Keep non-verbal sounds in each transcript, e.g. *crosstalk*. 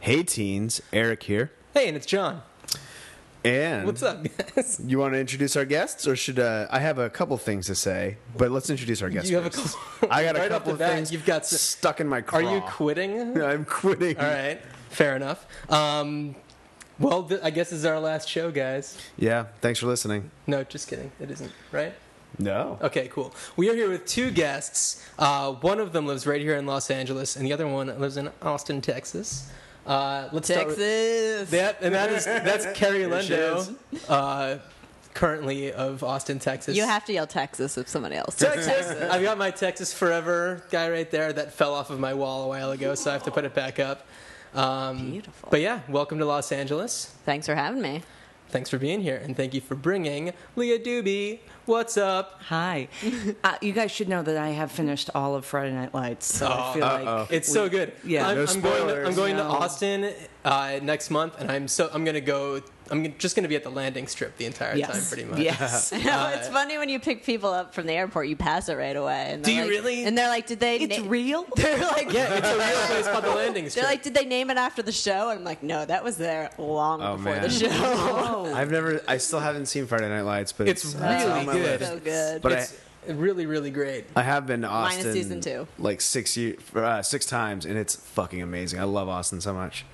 Hey teens, Eric here. Hey, and it's John. And What's up, guys? *laughs* You want to introduce our guests, or should uh, I have a couple things to say? But let's introduce our guests. You have a first. couple- I got a Right off couple the bat, things. you've got s- stuck in my craw. Are you *laughs* quitting? I'm quitting. All right, fair enough. Um, well, th- I guess this is our last show, guys. Yeah. Thanks for listening. No, just kidding. It isn't, right? No. Okay, cool. We are here with two guests. Uh, one of them lives right here in Los Angeles, and the other one lives in Austin, Texas. Uh, let's start with- Texas. Yep, and that is *laughs* that's Carrie she Lendo, uh, currently of Austin, Texas. You have to yell Texas if somebody else. says Texas. *laughs* I've got my Texas Forever guy right there that fell off of my wall a while ago, so I have to put it back up. Um, Beautiful. But yeah, welcome to Los Angeles. Thanks for having me. Thanks for being here, and thank you for bringing Leah Doobie. What's up? Hi. *laughs* uh, you guys should know that I have finished all of Friday Night Lights, so I feel like It's so good. yeah. I'm, No I'm going. To, I'm spoilers. going to No. Austin uh, next month, and I'm so I'm gonna go. I'm just gonna be at the landing strip the entire yes, time, pretty *laughs* much. Yes. *laughs* You know, it's funny when you pick people up from the airport, you pass it right away. And Uh, Do they're you like- really? And they're like, did they? *laughs* it's na- real. *laughs* They're like, Yeah, it's a real place called the landing *laughs* they're strip. like, did they name it after the show? And I'm like, no, that was there long Oh, before man. *laughs* the show. *laughs* Oh. I've never. I still haven't seen Friday Night Lights, but It's it's, it's really on my good. list. so good. But I, it's really, really great. I have been to Austin season two. like six year, uh, six times, and it's fucking amazing. I love Austin so much.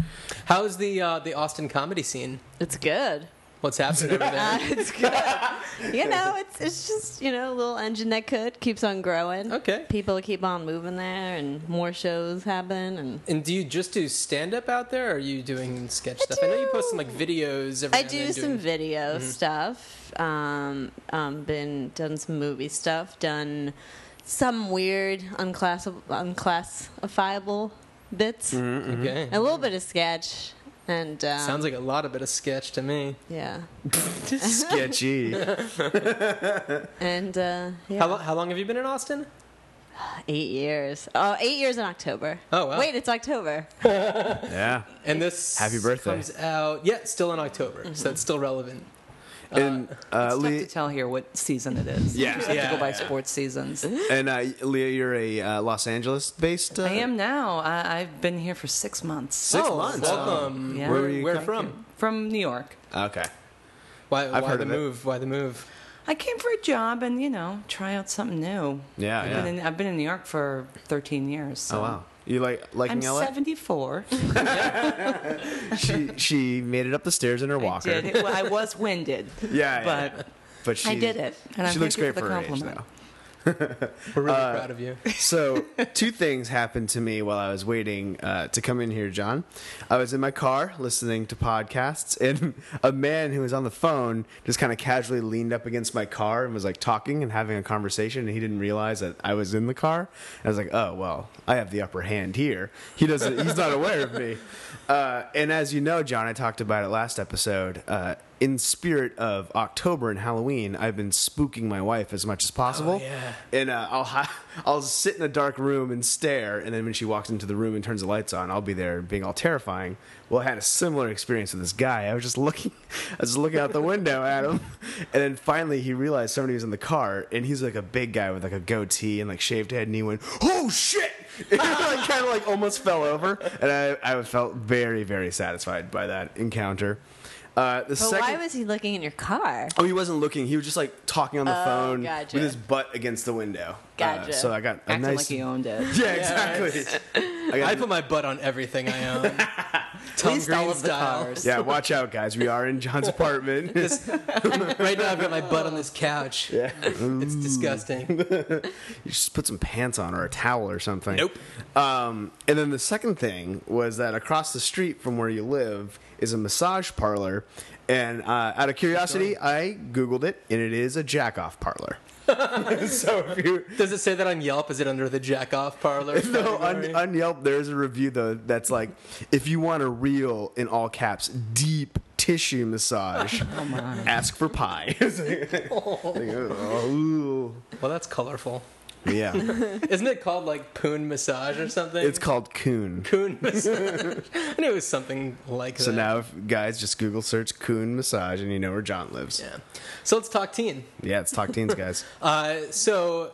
How's the uh, the Austin comedy scene? it's good. What's happening over there? *laughs* Uh, *laughs* it's good. you know, it's it's just you know a little engine that could keeps on growing. Okay. People keep on moving there, and more shows happen, and And do you just do stand up out there, or are you doing sketch stuff? I know you post some like videos. Every now I and do then some doing- Mm-hmm. video stuff. Um, um, been done some movie stuff. Done some weird unclassi- unclassifiable bits. Okay. A little bit of sketch, and um, Mm-hmm. Sounds like a lot of bit of sketch to me. yeah, Sketchy. *laughs* and uh, yeah, How, lo- how long have you been in Austin? eight years. Oh, eight years in October. Oh, wow. Wait, it's October. yeah. And this Happy birthday. comes out. Yeah, still in October, so it's still relevant. And uh, it's tough Lee, to tell here what season it is. Yeah. You *laughs* just have Yeah, to go by yeah. sports seasons. and uh, Leah, you're a uh, Los Angeles based. Uh, I am now. I, I've been here for six months. Six months. Welcome. Yeah. um, Where, Where were you where coming from? From New York. Okay. Why, I've why heard the of it. move? Why the move? I came for a job and, you know, try out something new. Yeah, I've yeah. Been in, I've been in New York for 13 years. So. Oh wow. You like I'm liking LA? 74. She she made it up the stairs in *laughs* her I walker. did. It, well, I was winded. *laughs* Yeah, yeah. But But she I did it. And I'm she looks thankful for great for, the her age compliment. though. We're really Uh, proud of you. So two things happened to me while I was waiting uh, to come in here, John. I was in my car listening to podcasts, and *laughs* a man who was on the phone just kind of casually leaned up against my car and was like talking and having a conversation, and he didn't realize that I was in the car. I was like, oh well, I have the upper hand here. He doesn't. He's not aware of me. Uh, and as you know, John, I talked about it last episode. Uh, in spirit of October and Halloween, I've been spooking my wife as much as possible. yeah. And uh, I'll ha- I'll sit in a dark room and stare, and then when she walks into the room and turns the lights on, I'll be there being all terrifying. Well, I had a similar experience with this guy. I was just looking, *laughs* I was looking out the window at him, *laughs* and then finally he realized somebody was in the car, and he's like a big guy with like a goatee and like shaved head, and he went, "Oh shit!" *laughs* And like kind of like almost fell over, and I I felt very very satisfied by that encounter. Uh, the But second, why was he looking in your car? Oh, he wasn't looking. He was just like talking on the Oh, phone gotcha. with his butt against the window. Uh, Gotcha. so I got a Acting nice. like he owned it. Yeah, exactly. I got I put my butt on everything I own. Tom least Green all of the style. cars. *laughs* yeah, watch out, guys. We are in John's apartment. *laughs* Right now, I've got my butt on this couch. yeah. It's disgusting. You just put some pants on or a towel or something. Nope. Um, and then the second thing was that across the street from where you live is a massage parlor. And uh, out of curiosity, I Googled it, and it is a jack off parlor. *laughs* so if you Does it say that on Yelp? Is it under the jack off parlor? *laughs* No, category? on, on Yelp, there's a review though that's like, if you want a real in all caps deep tissue *laughs* massage, Oh, ask for pie. *laughs* It's like- oh, Ooh. Well, that's colorful. *laughs* Yeah, Isn't it called like Poon Massage or something? *laughs* it's called Coon. Poon Massage. *laughs* I knew it was something like So that. now, if guys, just Google search Coon massage, and you know where John lives. yeah. So let's talk teen. *laughs* Yeah, it's talk teens, guys. Uh, so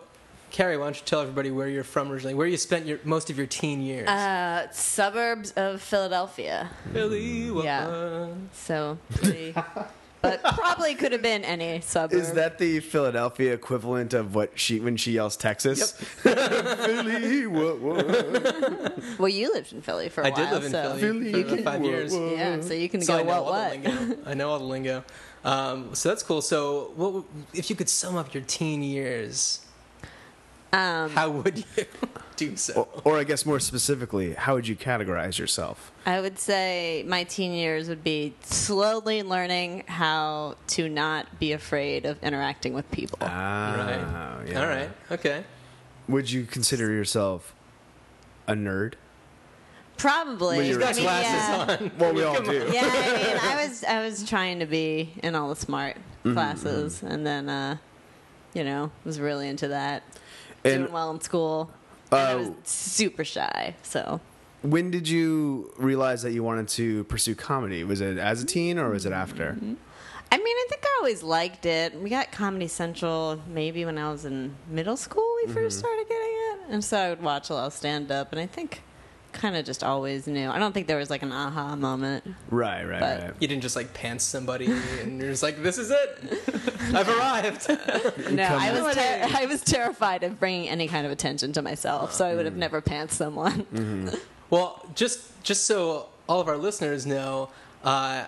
Carrie, why don't you tell everybody where you're from originally, where you spent your most of your teen years? Uh, suburbs of Philadelphia. Philly, wha- yeah. uh, So, *laughs* pretty, but probably could have been any suburb. Is that the Philadelphia equivalent of what she when she yells Texas? *laughs* Philly, what, what, Well, you lived in Philly for a I while. did live in so. Philly for You can- five years. Whoa, whoa. Yeah, so you can So I go know what all what. the lingo. I know all the lingo. Um, so that's cool. So what, would- if you could sum up your teen years, Um, how would you *laughs* do so? or, or I guess more specifically, how would you categorize yourself? I would say my teen years would be slowly learning how to not be afraid of interacting with people. Ah, right. yeah. All right. Okay. Would you consider yourself a nerd? Probably. When He's you're- got I mean, yeah. glasses on. Well, we all do. *laughs* yeah, I mean, I was I was trying to be in all the smart Mm-hmm, classes, and then uh, you know was really into that, And doing well in school. And I was Oh. super shy, so when did you realize that you wanted to pursue comedy? Was it as a teen or was it after? Mm-hmm. I mean, I think I always liked it. We got Comedy Central maybe when I was in middle school. We 1st Mm-hmm. started getting it, and so I would watch a lot of stand up, and I think kind of just always knew. I don't think there was like an aha moment. Right, right, But- right. You didn't just like pants somebody and you're just like, this is *laughs* it. I've arrived. No, I Come was ter- I was terrified of bringing any kind of attention to myself, so I would have Mm. never pants someone. Well, just just so all of our listeners know, uh,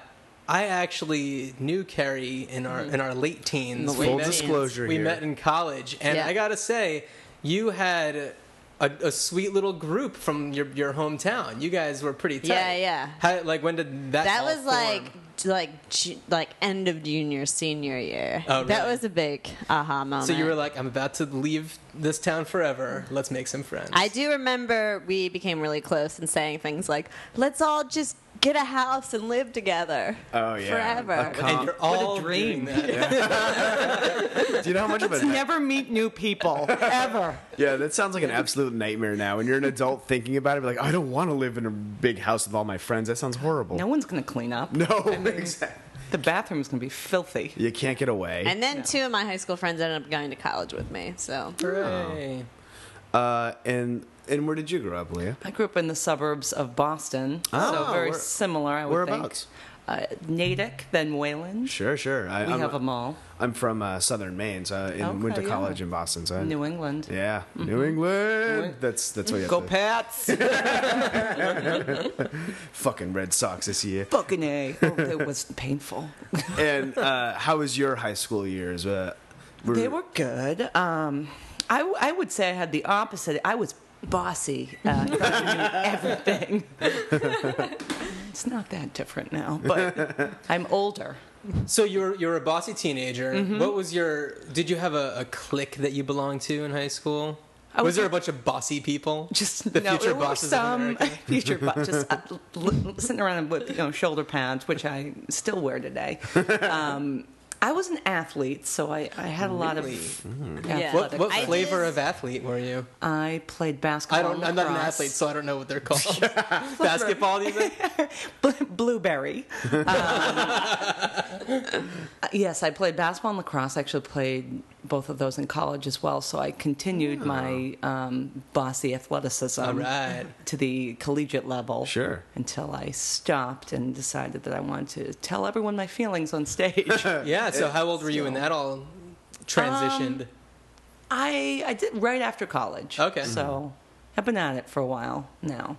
I actually knew Carrie in our in our late teens. Mm. We The late Full met- teens. disclosure We here. met in college, and Yeah. I gotta say, you had a, a sweet little group from your your hometown. You guys were pretty tight. Yeah, yeah. How, like when did that? that all was form? like like ju- like end of junior senior year. Oh, That really? was a big aha moment. So you were like, I'm about to leave this town forever. Let's make some friends. I do remember we became really close and saying things like, "Let's all just get a house and live together." Oh, yeah. forever. A And you're What a all dream. doing that. Do you know how much of a Let's *laughs* never meet new *laughs* people ever. Yeah, that sounds like an absolute nightmare now. When you're an adult thinking about it, be like, I don't want to live in a big house with all my friends. That sounds horrible. No one's going to clean up. No, exactly. The bathroom's going to be filthy. You can't get away. And then two of my high school friends ended up going to college with me. So Hooray. uh, and and where did you grow up, Leah? I grew up in the suburbs of Boston, Oh, so very where- similar. I would whereabouts? think. Uh, Natick, then Wayland. Sure, sure. I, We I'm, have a mall, I'm from uh, Southern Maine, so I and Okay, went to yeah. college in Boston. So I, New England. yeah, New England. England. That's that's what you have Go to- *laughs* Pats! Fucking Red Sox this year. Fucking a! Oh, it was painful. and uh, how was your high school years? Uh, They were good. Um, I, w- I would say I had the opposite. I was bossy. Uh, thought I knew everything. *laughs* it's not that different now, but I'm older. So you're you're a bossy teenager. Mm-hmm. What was your? Did you have a, a clique that you belonged to in high school? I was, was there a in- bunch of bossy people? Just the no, future there were bosses of some America. *laughs* future bo- just uh, l- l- sitting around with you know shoulder pads, which I still wear *laughs* today. Um, I was an athlete, so I, I had a lot Really? of Yeah. What, athletic. what I flavor of just- athlete were you? I played basketball. I don't. I'm not an lacrosse. athlete, so I don't know what *laughs* they're called. Basketball, you think? Bl- blueberry. Um, *laughs* yes, I played basketball and lacrosse. I actually played both of those in college as well. So I continued my um, bossy athleticism All right. to the collegiate level. Sure. Until I stopped and decided that I wanted to tell everyone my feelings on *laughs* stage. Yeah. So how old were you when that all Um, transitioned? I, I did right after college. Okay. So I've been at it for a while now.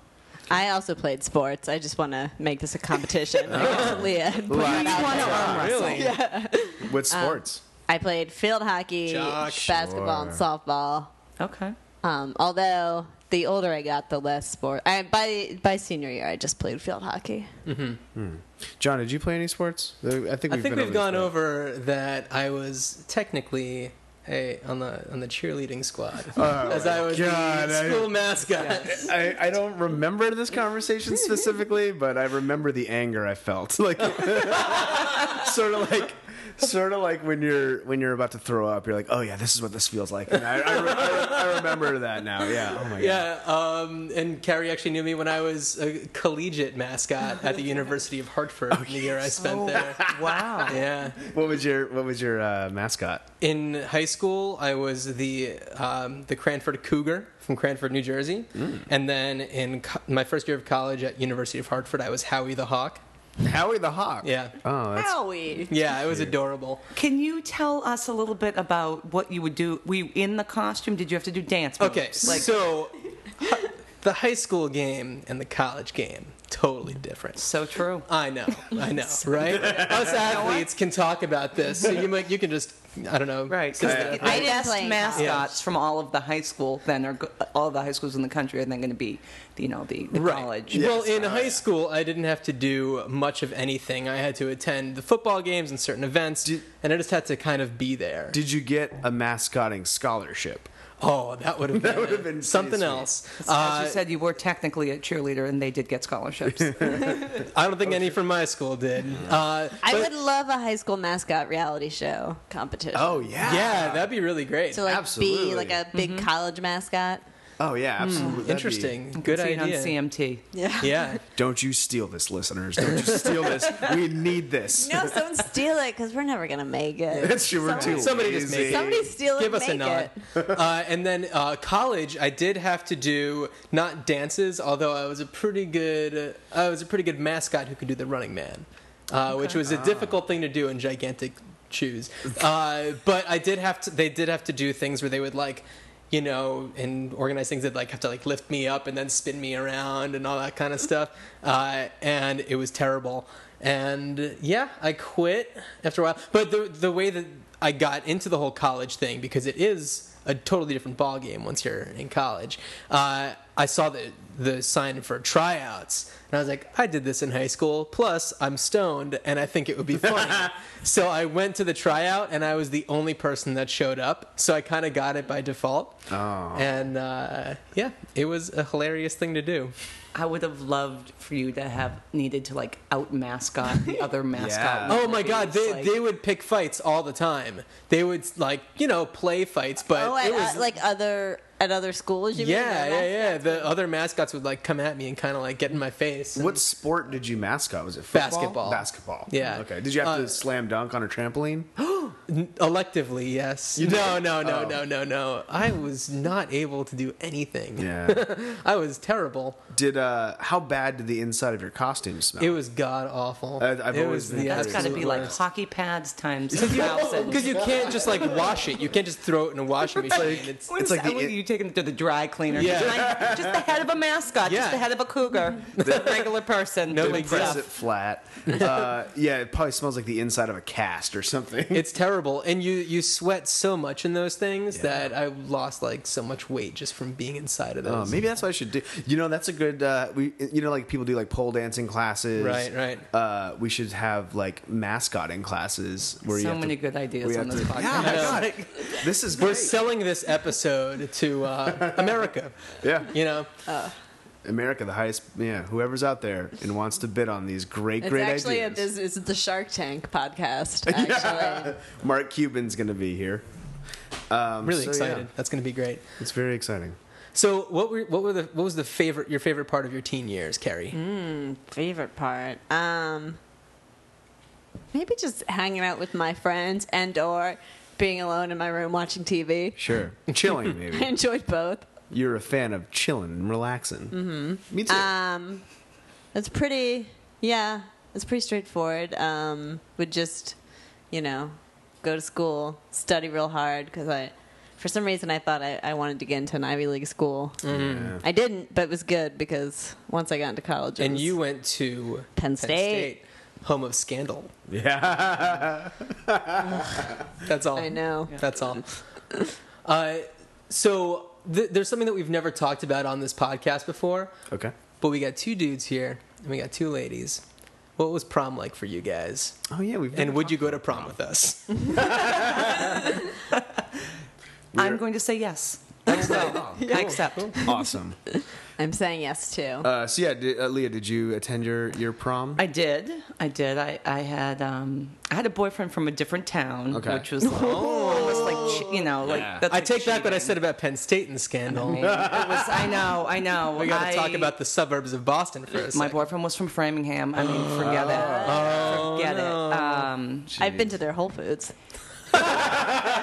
I also played sports. I just want to make this *laughs* a competition. I guess Leah, had put that out there. really? What sports? I played field hockey, Jock. basketball, and Sure. softball. Okay. Um, although the older I got, the less sport. I, by by senior year, I just played field hockey. John, did you play any sports? I think we've, I think been we've this gone before. over that. I was technically. Hey, on the on the cheerleading squad, *laughs* as I was Oh God, the I- school mascot. I, I don't remember this conversation *laughs* specifically, but I remember the anger I felt. Like, sort of like, sort of like when you're when you're about to throw up, you're like, oh yeah, this is what this feels like. And I, I, re- I, re- I remember that now. Yeah. Oh my god. Yeah, um, and Carrie actually knew me when I was a collegiate mascot at the University of Hartford Oh, in the year I spent there. wow. Yeah. What was your What was your uh, mascot? In high school, I was the um, the Cranford Cougar from Cranford, New Jersey, Mm. and then in co- my first year of college at University of Hartford, I was Howie the Hawk. Howie the Hawk. Yeah, Oh, that's Howie. yeah, it was adorable. Can you tell us a little bit about what you would do? Were you in the costume? Did you have to do dance moves? Okay, *laughs* Like, so hi- the high school game and the college game totally different. so true. I know, *laughs* I know, right? Us athletes can talk about this. So you might, you can just, I don't know, Right, sit because there. the, the I didn't best play in mascots college. from all of the high school then are go- all of the high schools in the country are then going to be, you know, the, the college. Well, in high school, I didn't have to do much of anything. I had to attend the football games and certain events, and I just had to kind of be there. Did you get a mascotting scholarship? oh, that *laughs* would have been, would have been pretty something sweet. else. As Uh, you said, you were technically a cheerleader, and they did get *laughs* scholarships. I don't think any from my school did. Uh, I but- would love a high school mascot reality show competition. Oh yeah. Yeah, that'd be really great. to like absolutely. be like a big college mascot. Oh yeah. Absolutely. That'd be- Hmm, Interesting. Good See it idea. on CMT. Yeah. *laughs* Yeah. Don't you steal this, listeners. Don't you steal *laughs* this. We need this. No, *laughs* someone steal it because we're never gonna make it. That's true. We're too Somebody just lazy. make it. Somebody steal it. Give us a make nod. *laughs* It. uh, and then uh, college, I did have to do not dances, although I was a pretty good uh, I was a pretty good mascot who could do the Running Man, uh, which was a difficult thing to do in gigantic shoes. Uh, but I did have to. They did have to do things where they would like. You know, and organize things that like have to like lift me up and then spin me around and all that kind *laughs* of stuff. Uh, and it was terrible. And yeah, I quit after a while. But the the way that I got into the whole college thing because it is a totally different ball game once you're in college. Uh, I saw the the sign for tryouts, and I was like, I did this in high school. Plus, I'm stoned, and I think it would be fun. so I went to the tryout, and I was the only person that showed up. So I kind of got it by default. Oh. And uh, yeah, it was a hilarious thing to do. I would have loved for you to have needed to like out mascot the *laughs* other mascot. Oh my god, they, like- they would pick fights all the time. They would like you know play fights, but Oh, it at, was uh, like other at other schools. You yeah, mean? yeah, yeah. The other mascots would like come at me and kind of like get in my face. and- What sport did you mascot? Was it football? Basketball. Basketball. Yeah. Okay. Did you have Uh, to slam dunk on a *gasps* trampoline? Electively, yes. no, no, no, Oh. no, no, no. I was not able to do anything. Yeah. I was terrible. did uh how bad did the inside of your costume smell? It was god awful. I- I've it always was been the curious. That's got to absolute be like worst. hockey pads *laughs* times a thousand. because you can't just like wash it. You can't just throw it in a washing machine. *laughs* It's, What It's is like that? the- What, you taking it to the dry cleaner. Yeah. Just, like- just the head of a mascot, Yeah. just the head of a *laughs* cougar, just a regular person. No doing big press stuff. it *laughs* flat. Uh, yeah, it probably smells like the inside of a cast or something. it's terrible, and you you sweat so much in those things Yeah. that I lost like so much weight just from being inside of Oh, those. maybe that's what I should do. You know, that's a good. Uh, we, you know, like people do like pole dancing classes. Right, right. Uh, we should have like mascotting classes where you so have to- many good ideas we on have this to- podcast. Yeah, *laughs* my God. this is We're great. selling this episode to uh, America. yeah, You know, America, the highest. Yeah, whoever's out there and wants to bid on these great, It's great actually ideas. a business. It's the Shark Tank podcast. *laughs* Actually, Mark Cuban's going to be here. Um, I'm really so, yeah. excited. That's going to be great. It's very exciting. So, what were what were the what was the favorite your favorite part of your teen years, Carrie? Mm. favorite part. Um, maybe just hanging out with my friends and or being alone in my room watching TV. *laughs* Sure, chilling *laughs* I maybe. enjoyed both. You're a fan of chilling and relaxing. Mm-hmm. Me too. Uh, Um, it's pretty. Yeah, it's pretty straightforward. Um, would just, you know, go to school, study real hard because I, for some reason, I thought I, I wanted to get into an Ivy League school. Yeah. I didn't, but it was good because once I got into college, it And was- you went to Penn State. home of scandal. Yeah. That's all. I know. That's all. Uh, so th- there's something that we've never talked about on this podcast before, okay. but we got two dudes here and we got two ladies. What was prom like for you guys? Oh yeah, we've. And would you go *laughs* to prom with us? We're- I'm going to say yes. well, I accept. Awesome. I'm saying yes too. Oh, Uh, so yeah, did, uh, Leah, did you attend your your prom? I did. I did. I, I had um I had a boyfriend from a different town, Okay. which was *laughs* like, almost like che- you know like Yeah. that's I like take back what I cheating. said about Penn State and the I scandal. mean, it was. I know. I know. We got I- to talk about the suburbs of Boston for a My second. boyfriend was from Framingham. I mean, forget it. Oh, Forget no. it. Um, I've been to their Whole Foods.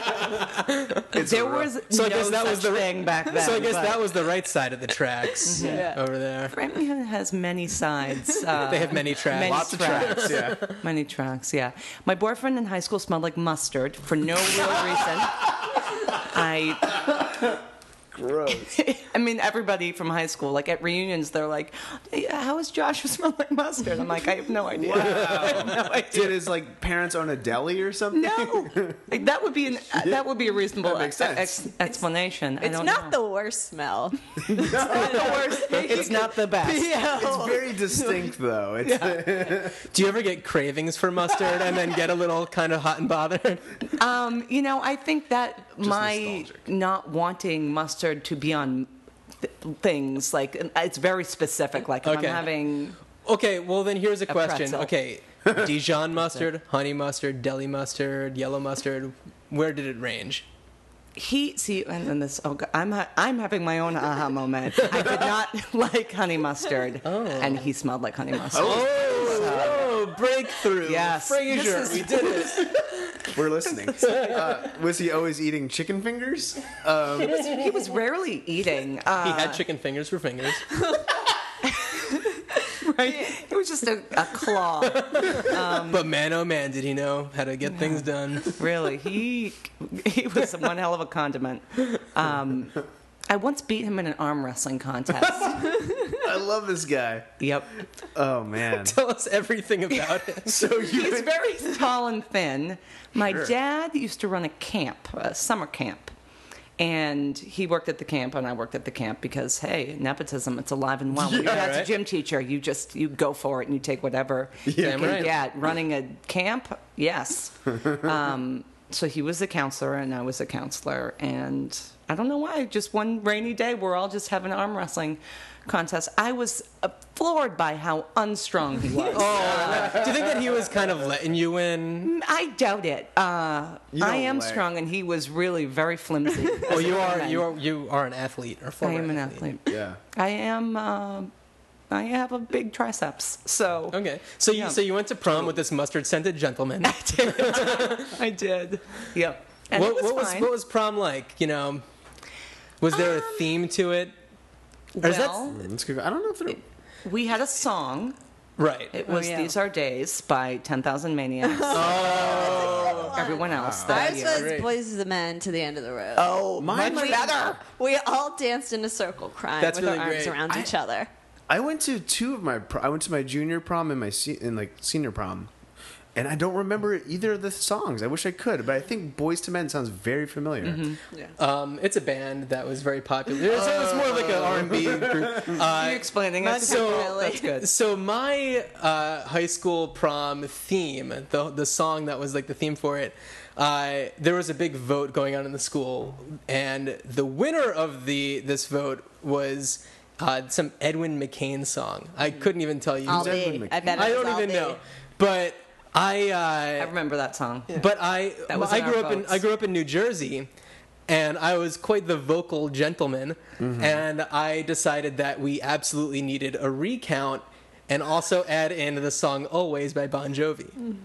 there was So I no guess that such was the- thing back then. *laughs* So I guess but that was the right side of *laughs* the tracks Yeah. over there. Framingham has many *laughs* sides. Uh, They have many tracks. Many Lots of tracks. Yeah. *laughs* Many tracks, yeah. My boyfriend in high school smelled like mustard for no real *laughs* reason. I, Gross. I mean, everybody from high school, like at reunions, they're like, "How is Joshua *laughs* smell like mustard?" I'm like, "I have no idea." *laughs* I have no idea. *laughs* Did his like parents own a deli or something? No, Like, that would be an that would be a reasonable That makes ex- ex- sense. explanation. I It's don't not know. the worst *laughs* smell. the *laughs* worst. It's not the best. *laughs* *laughs* It's very distinct though. It's Do you ever get cravings for mustard and then get a little kind of hot and bothered? *laughs* Um, you know, I think that my nostalgic. not wanting mustard to be on th- things like it's very specific. Like if Okay. I'm having Okay, well then here's a question. pretzel. *laughs* okay, Dijon mustard, honey mustard, deli mustard, yellow mustard. Where did it range? he see and then this oh God, I'm ha- I'm having my own aha moment. I did not *laughs* like honey mustard, and he smelled like honey mustard. Oh, breakthrough! Yes. This is- Frasier, Oh, we did it. *laughs* We're listening. Uh, was he always eating chicken fingers? Um, *laughs* He was rarely eating. *laughs* Uh, He had chicken fingers for fingers. It was just a, a claw. Um, But man, oh man, did he know how to get things done? *laughs* Really, he he was one hell of a condiment. Um, I once beat him in an arm wrestling *laughs* contest. I love this guy. yep. Oh man. Tell us everything *laughs* about it. So you He's very tall and thin. My Sure. dad used to run a camp, a summer camp. And he worked at the camp, and I worked at the camp because, hey, nepotism, it's alive and well. When your Yeah, dad's right. a gym teacher, you just you go for it and you take whatever Yeah, you can right. get. Running a camp, *laughs* yes. um, so he was a counselor, and I was a counselor. And I don't know why, just one rainy day, we're all just having an arm wrestling contest. I was uh, floored by how unstrung he was. Do you think that he was kind of letting you win? I doubt it. Uh, You don't I am like- strong, and he was really very *laughs* flimsy. Well, Oh, you are you are you are an athlete *laughs* or I former am an athlete. Yeah. I am. Uh, I have a big triceps, so Okay, so you Yeah. so you went to prom with this mustard scented gentleman. I did. Yep. *laughs* And what, it was what was fine. Um, what was prom like? You know, was there a theme to it? or is that- well, Let's go- Hmm, I don't know if there. we had a song. Right. It was yeah. "These Are Days" by Ten Thousand *laughs* Maniacs. *laughs* everyone else. That Ours year. was Great. Boys to the Men to the End of the Road. Oh, mine we, went- we all danced in a circle crying That's with really our arms great. around I- each other. I went to two of my. Pro- I went to my junior prom and my se- and like senior prom, and I don't remember either of the songs. I wish I could, but I think "Boys to Men" sounds very familiar. Um, it's a band that was very popular. It was, it was more like an R and B *laughs* group. Are Uh, you explaining it? so- that's good. so my uh, high school prom theme, the the song that was like the theme for it, uh, there was a big vote going on in the school, and the winner of the this vote was uh, some Edwin McCain song. I couldn't even tell you. Mm-hmm. I'll that one, be. Mickey? I bet it I was don't I'll even Be. know, but I. Uh, I remember that song. But I, That was I in grew our up in votes. I grew up in New Jersey, and I was quite the vocal gentleman. Mm-hmm. And I decided that we absolutely needed a recount, and also add in the song "Always" by Bon Jovi, Mm.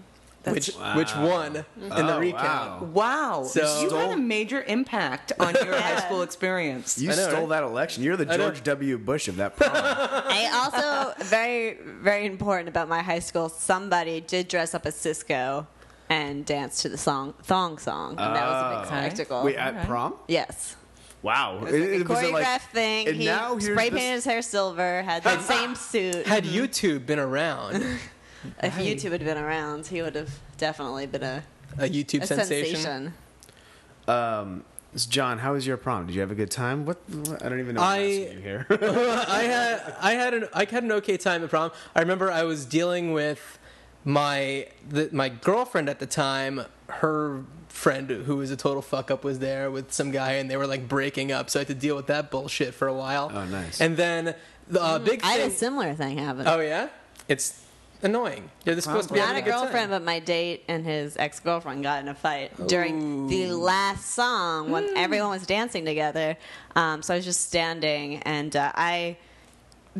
which which won in the Oh, recount. wow. Wow, So- you had a major impact on your high Yeah. school experience. You I know, stole right? that election. You're the know. George W. Bush of that *laughs* prom. I also very very important about my high school. Somebody did dress up as Cisco and dance to the song thong song, and that was a big Oh. spectacle. Wait, at prom? yes. Wow. It was like a was choreographed like- thing. and he now here's spray this- painted his hair silver, had the same suit. Had Mm-hmm. YouTube been around, if YouTube had been around, he would have definitely been a, a *laughs* YouTube a sensation. sensation. Um, so John, how was your prom? Did you have a good time? What? what- I don't even know. I- I you *laughs* here. *laughs* I had I had an I had an okay time at prom. I remember I was dealing with my the, my girlfriend at the time. her friend who was a total fuck up was there with some guy and they were like breaking up so i had to deal with that bullshit for a while Oh, nice. and then the uh, big Mm, I had a thing similar thing happen. oh yeah it's annoying you're just supposed to be Not a having a good time. girlfriend, but my date and his ex girlfriend got in a fight during the last song when Mm. everyone was dancing together. Um, so I was just standing, and uh, I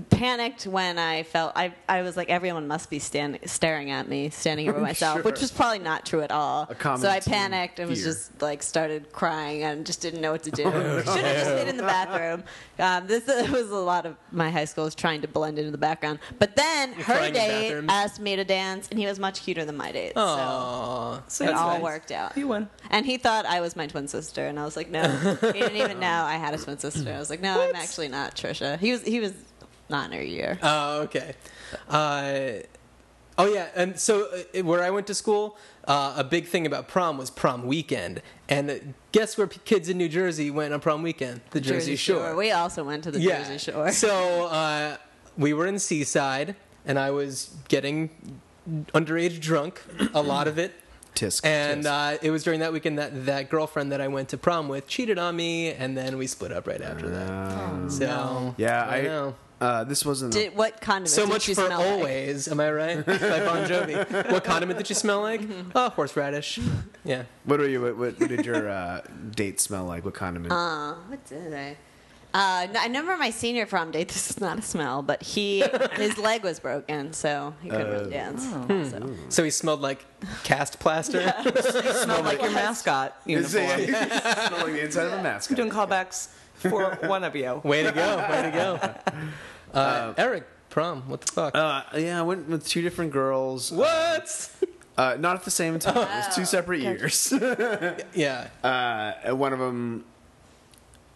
panicked when I felt I, I was like everyone must be standing staring at me, standing *laughs* over myself, Sure. which was probably not true at all. A common so I teen panicked and was fear. just like started crying and just didn't know what *laughs* to do. Should have just stayed in the bathroom. Um, this *laughs* uh, was a lot of my high school was trying to blend into the background. But then her crying in date bathrooms? asked me to dance, and he was much cuter than my date. So. Aw, So it that's all nice. worked out. You won. And he thought I was my twin sister, and I was like, no. he *laughs* didn't even know I had a twin sister. I was like, no, I'm actually not Trisha. He was he was not in her year. Oh, okay. Uh, oh, yeah. And so, uh, where I went to school, uh, a big thing about prom was prom weekend. And uh, guess where p- kids in New Jersey went on prom weekend? The Jersey, Shore. We also went to the Jersey Shore. So, uh, we were in Seaside, and I was getting underage drunk, a lot of it. Tisk. And tisk. uh, it was during that weekend that that girlfriend that I went to prom with cheated on me, and then we split up right after that. Um, So yeah, I I. know. Uh, this wasn't. Did, what condiment So did much she for smell like? always, am I right? By Bon Jovi. What condiment did you smell like? Oh, horseradish. Yeah. what were you? What, what did your uh, date smell like? What condiment? Uh, what did I? Uh, no, I remember my senior prom date. *laughs* This is not a smell, *laughs* but he his leg was broken, so he couldn't Oh. really dance. So. So he smelled like cast plaster. Smelled like your mascot Is it- *laughs* uniform. *laughs* smell like the inside of a mask. Doing callbacks for one of you. *laughs* Way to go. Way to go. Uh, Eric, prom. What the fuck? Uh, yeah, I went with two different girls. what? Oh, Uh, not at the same time. It was two separate years. *laughs* Yeah. uh, one of them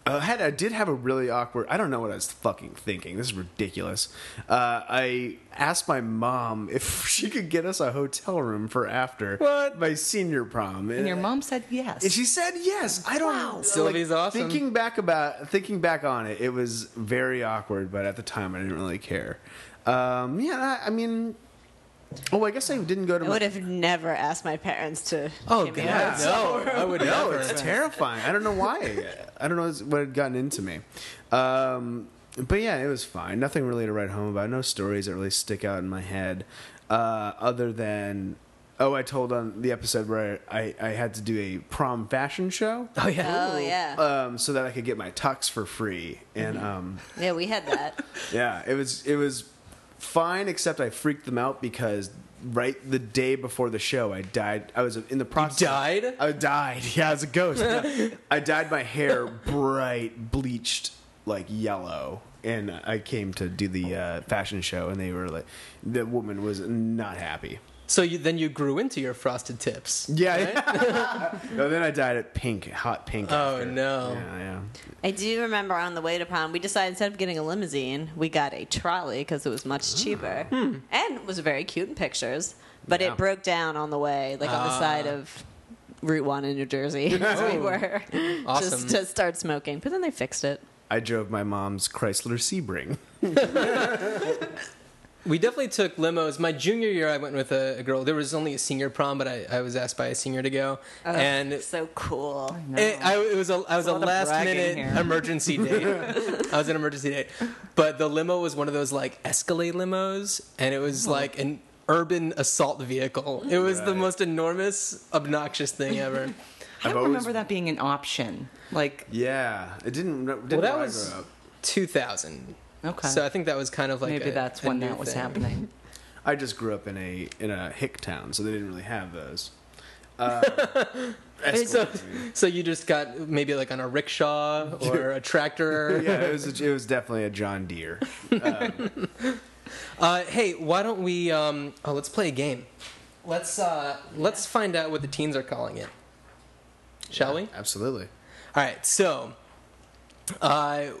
uh, had I did have a really awkward. I don't know what I was fucking thinking. This is ridiculous. Uh, I asked my mom *laughs* if she could get us a hotel room for after What? my senior prom. Uh, And your mom said yes. And she said yes. I don't. Wow. like, Sylvie's awesome. Thinking back about thinking back on it, it was very awkward. But at the time, I didn't really care. Um, yeah, I, I mean, oh, I guess I didn't go to. I my, would have never asked my parents to. Oh, give God. me a Yeah. No. I would No, never. it's terrifying. I don't know why. I don't know what had gotten into me. Um, but yeah, it was fine. Nothing really to write home about. No stories that really stick out in my head, uh, other than oh, I told on the episode where I, I, I had to do a prom fashion show. Oh, yeah. Oh yeah, Um, so that I could get my tux for free, Mm-hmm. and um, yeah, we had that. yeah, it was it was fine. Except I freaked them out because right the day before the show, I died. I was in the process. died? I died. *laughs* Yeah, as a ghost. *laughs* No. I dyed my hair bright, bleached, like yellow. And I came to do the uh, fashion show, and they were like, the woman was not happy. So you, then you grew into your frosted tips. Yeah. *laughs* no, then I dyed it pink, hot pink. Oh, after. no. Yeah, yeah. I do remember on the way to prom, we decided instead of getting a limousine, we got a trolley because it was much cheaper and was very cute in pictures. But Yeah. it broke down on the way, like on the side of Route One in New Jersey, *laughs* as we were Awesome. just to start smoking. But then they fixed it. I drove my mom's Chrysler Sebring. We definitely took limos. My junior year, I went with a, a girl. There was only a senior prom, but I, I was asked by a senior to go. and so cool. Eh, It, I, it was a, I was a a, lot of last bragging minute here. *laughs* emergency date. I was an emergency date, but the limo was one of those like Escalade limos, and it Hmm. was like an urban assault vehicle. It was the Right. most enormous, obnoxious *laughs* thing ever. I I've don't always- remember that being an option. Like, *laughs* Yeah, it didn't. didn't well, that when I was grew up. 2000. Okay. So I think that was kind of like maybe a- that's a when new that was thing. happening. I just grew up in a in a hick town, so they didn't really have those. *laughs* Uh, *laughs* So, Escalade, I mean. so you just got maybe like on a rickshaw or a tractor. yeah, it was a, it was definitely a John Deere. Uh, hey, why don't we? Um, oh, let's play a game. Let's uh, let's find out what the teens are calling it. Shall we? Absolutely. All right. So, I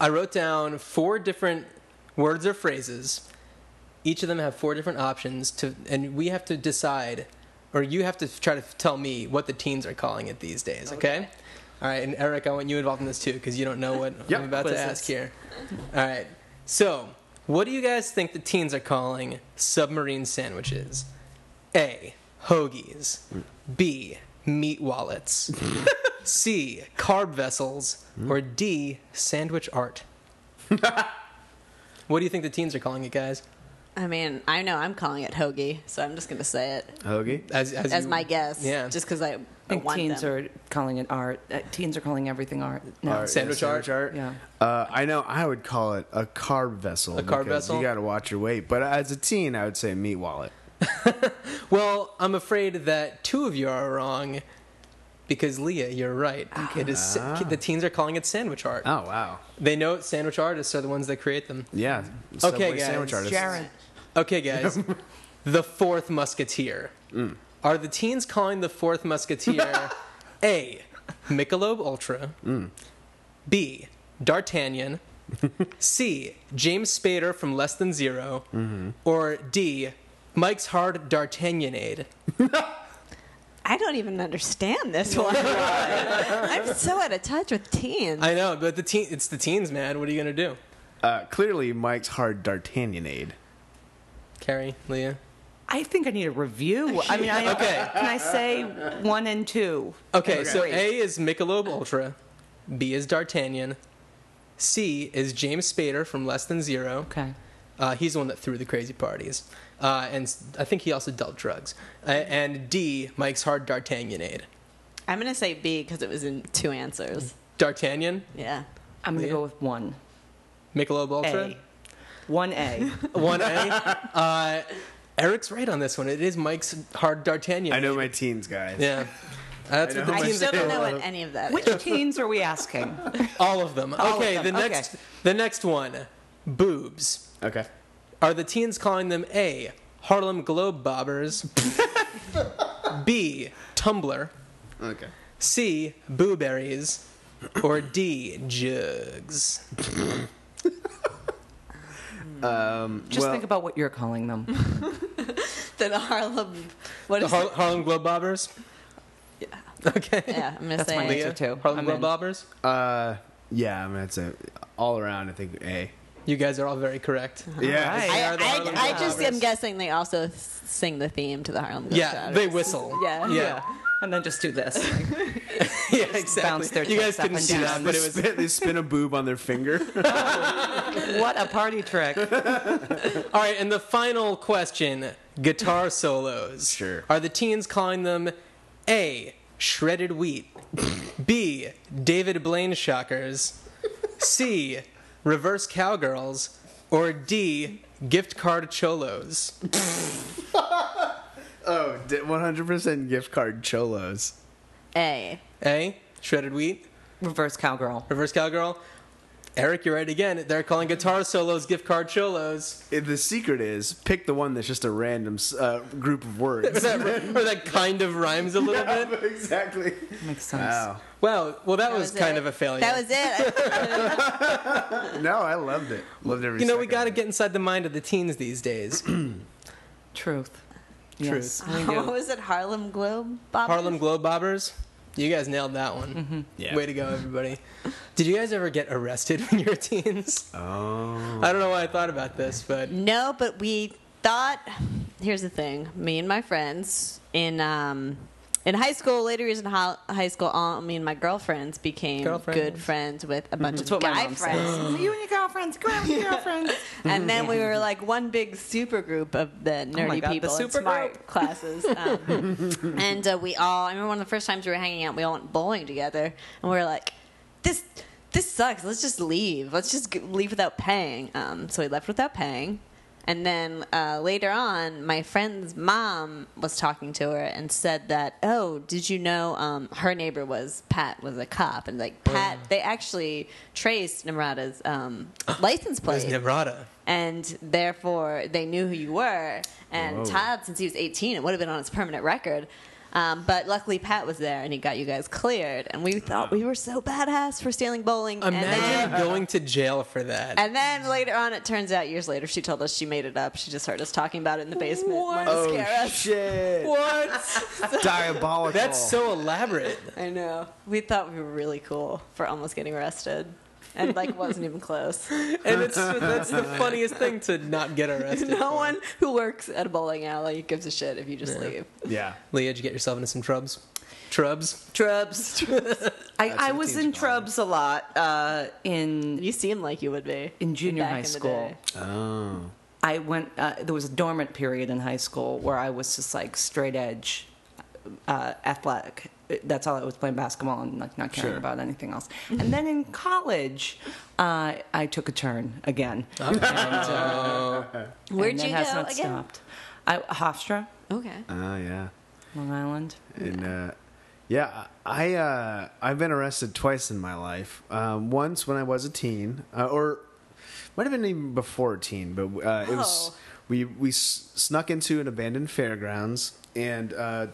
I wrote down four different words or phrases. Each of them have four different options to, and we have to decide, or you have to try to tell me what the teens are calling it these days. Okay. Okay. All right, and Eric, I want you involved in this too because you don't know what Yep. I'm about What to is ask this? here. All right. So, what do you guys think the teens are calling submarine sandwiches? A. Hoagies. B. Meat wallets. C. Carb vessels. Or D. Sandwich art. what do you think the teens are calling it, guys? I mean, I know I'm calling it hoagie, so I'm just going to say it Hoagie. As, as you- my guess. Yeah. Just because I, I I think want teens them. are calling it art. Uh, teens are calling everything art. No. Art, yeah, Sandwich art? Yeah. Uh, I know I would call it a carb vessel. A carb because vessel? You got to watch your weight. But as a teen, I would say meat wallet. Well, I'm afraid that two of you are wrong because Leah, you're right. Ah. It is sa- the teens are calling it sandwich art. Oh wow. They know sandwich artists are the ones that create them. Yeah. guys. Sandwich artist. Jared. Okay, guys. the Fourth Musketeer. Are the teens calling the Fourth Musketeer A. Michelob Ultra, B. D'Artagnan, C. James Spader from Less Than 0 or D. Mike's Hard D'Artagnanade? I don't even understand this *laughs* one. I'm so out of touch with teens. I know, but the teen, it's the teens, man. What are you gonna do, Uh, clearly, Mike's hard D'Artagnanade. Carrie, Leah? I think I need a review. I mean, I, Okay. can I say one and two? Okay, so Great. A is Michelob Ultra, B is D'Artagnan, C is James Spader from Less Than Zero. Okay. Uh, he's the one that threw the crazy parties. Uh, and s- I think he also dealt drugs. Uh, and D, Mike's Hard D'Artagnanade. I'm going to say B because it was in two answers. D'Artagnan, Yeah. I'm going to Leah? go with one. Michelob Ultra, A. One A. 1A. *laughs* uh, Eric's right on this one. It is Mike's Hard D'Artagnan. I know my teens, guys. Yeah. That's I what the know. I teams still are don't calling know what any of that Which is. teens are we asking? all of them. All of okay, them, the okay. next the next one, boobs. Okay. Are the teens calling them A, Harlem Globe Bobbers, *laughs* B, Tumblr, Okay. C, Booberries, or D, Jugs? Just Well- think about what you're calling them. The Harlem. What The is Har- Harlem Globetrotters. Yeah. *laughs* Okay. it? Yeah, I'm going to That's my say answer. Leah, too. Harlem I'm in. Globetrotters. Uh, yeah. I mean, it's a all around. I think A. You guys are all *laughs* very correct. Yeah. right. *laughs* They I, are the I, Harlem I just Globetrotters. am guessing they also s- sing the theme to the Harlem Yeah, Globetrotters. they whistle. Yeah. yeah, And then just do this. *laughs* yeah, exactly. bounce their you guys tits up couldn't and see down. that, but it they, was spin, they spin a boob on their finger. what a party trick. all right. And the final question: guitar solos. Sure. Are the teens calling them A. Shredded wheat, B. David Blaine shockers, C. Reverse cowgirls, or D. Gift card cholos? *laughs* oh, 100% gift card cholos. A. A. Shredded wheat. Reverse cowgirl. Reverse Cowgirl. Eric, you're right again. They're calling guitar solos gift card cholos. If Eh, the secret is pick the one that's just a random uh, group of words. *laughs* Is that, or that kind of rhymes a little bit. *laughs* exactly. Makes sense. Wow. Wow. Well, that, That was, was kind it. of a failure. That *laughs* was it. No, I loved it. Loved every. you know, we second got to of it. get inside the mind of the teens these days. Truth. Truth. Yes. what was it? Harlem Globe? Bob? Harlem Globobbers. You guys nailed that one. Mm-hmm. Yeah. Way to go, everybody. Did you guys ever get arrested *laughs* when you were teens? Oh. I don't know why I thought about this, but No, but we thought. Here's the thing: me and my friends in um, in high school, later years in ho- high school, all me and my girlfriends became Girlfriends. Mm-hmm. good friends with a bunch of what my guy mom said. *gasps* friends, You and your girlfriends. Go out with your girlfriends. *laughs* and then we were like one big super group of the nerdy Oh God, the people in supergroup. smart classes. *laughs* Um, and uh, we all. I remember one of the first times we were hanging out, we all went bowling together, and we were like, this. This sucks. Let's just leave. Let's just g- leave without paying. Um, so we left without paying. And then uh, later on, my friend's mom was talking to her and said that, "Oh, did you know um, her neighbor was Pat was a cop?" And like Pat, Oh. they actually traced Nebrada's um, license it was plate, Nevrata. and therefore they knew who you were. And Whoa. Todd, since he was 18, it would have been on his permanent record. Um, but luckily, Pat was there, and he got you guys cleared. And we thought we were so badass for stealing bowling. and then- Imagine going to jail for that. and then later on, it turns out years later, she told us she made it up. She just heard us talking about it in the basement. wanted to scare Oh us. shit! *laughs* *laughs* what? Diabolical. *laughs* That's so elaborate. I know. We thought we were really cool for almost getting arrested. and like wasn't even close. *laughs* and it's that's *laughs* the funniest thing to not get *laughs* arrested. No for. one who works at a bowling alley gives a shit if you just leave. Yeah. Leah, did you get yourself into some trubs? Trubs. *laughs* Trubs. I, I was in Trubs a lot uh, in You seem like you would be in junior back high in the school. day. Oh. I went. Uh, there was a dormant period in high school where I was just like straight edge, uh, athletic. That's all I was playing basketball and like not caring Sure. about anything else. And then in college, uh, I took a turn again. And, uh, Where'd and that you has go not again? Stopped. I, Hofstra, Okay. Oh yeah. Long Island. And uh, yeah, I uh, I've been arrested twice in my life. Um, once when I was a teen, uh, or might have been even before teen, but uh, it was Oh. we we s- snuck into an abandoned fairgrounds and. Uh,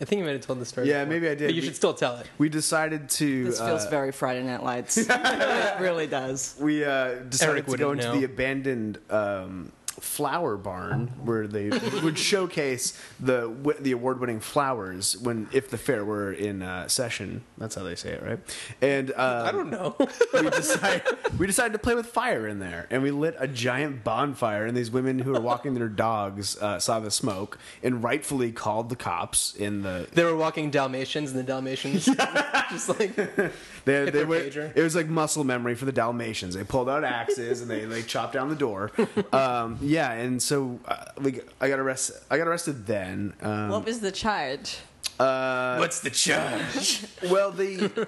I think you might have told the story. Yeah, before. maybe I did. But you We- should still tell it. we decided to. This feels uh, very Friday Night Lights. *laughs* it really does. we uh, decided Eric to go wouldn't into know. the abandoned um, flower barn where they *laughs* would showcase the wi- the award winning flowers when if the fair were in uh, session. That's how they say it, right? And uh, I don't know. we decided we decided to play with fire in there, and we lit a giant bonfire. And these women who were walking their dogs uh, saw the smoke and rightfully called the cops. In the *laughs* they were walking Dalmatians, and *laughs* the Dalmatians just like they, they their were, pager. it was like muscle memory for the Dalmatians. They pulled out axes and they they chopped down the door. Um, yeah, and so uh, like I got arrested. I got arrested then. Um, What was the charge? What's the charge? Well, the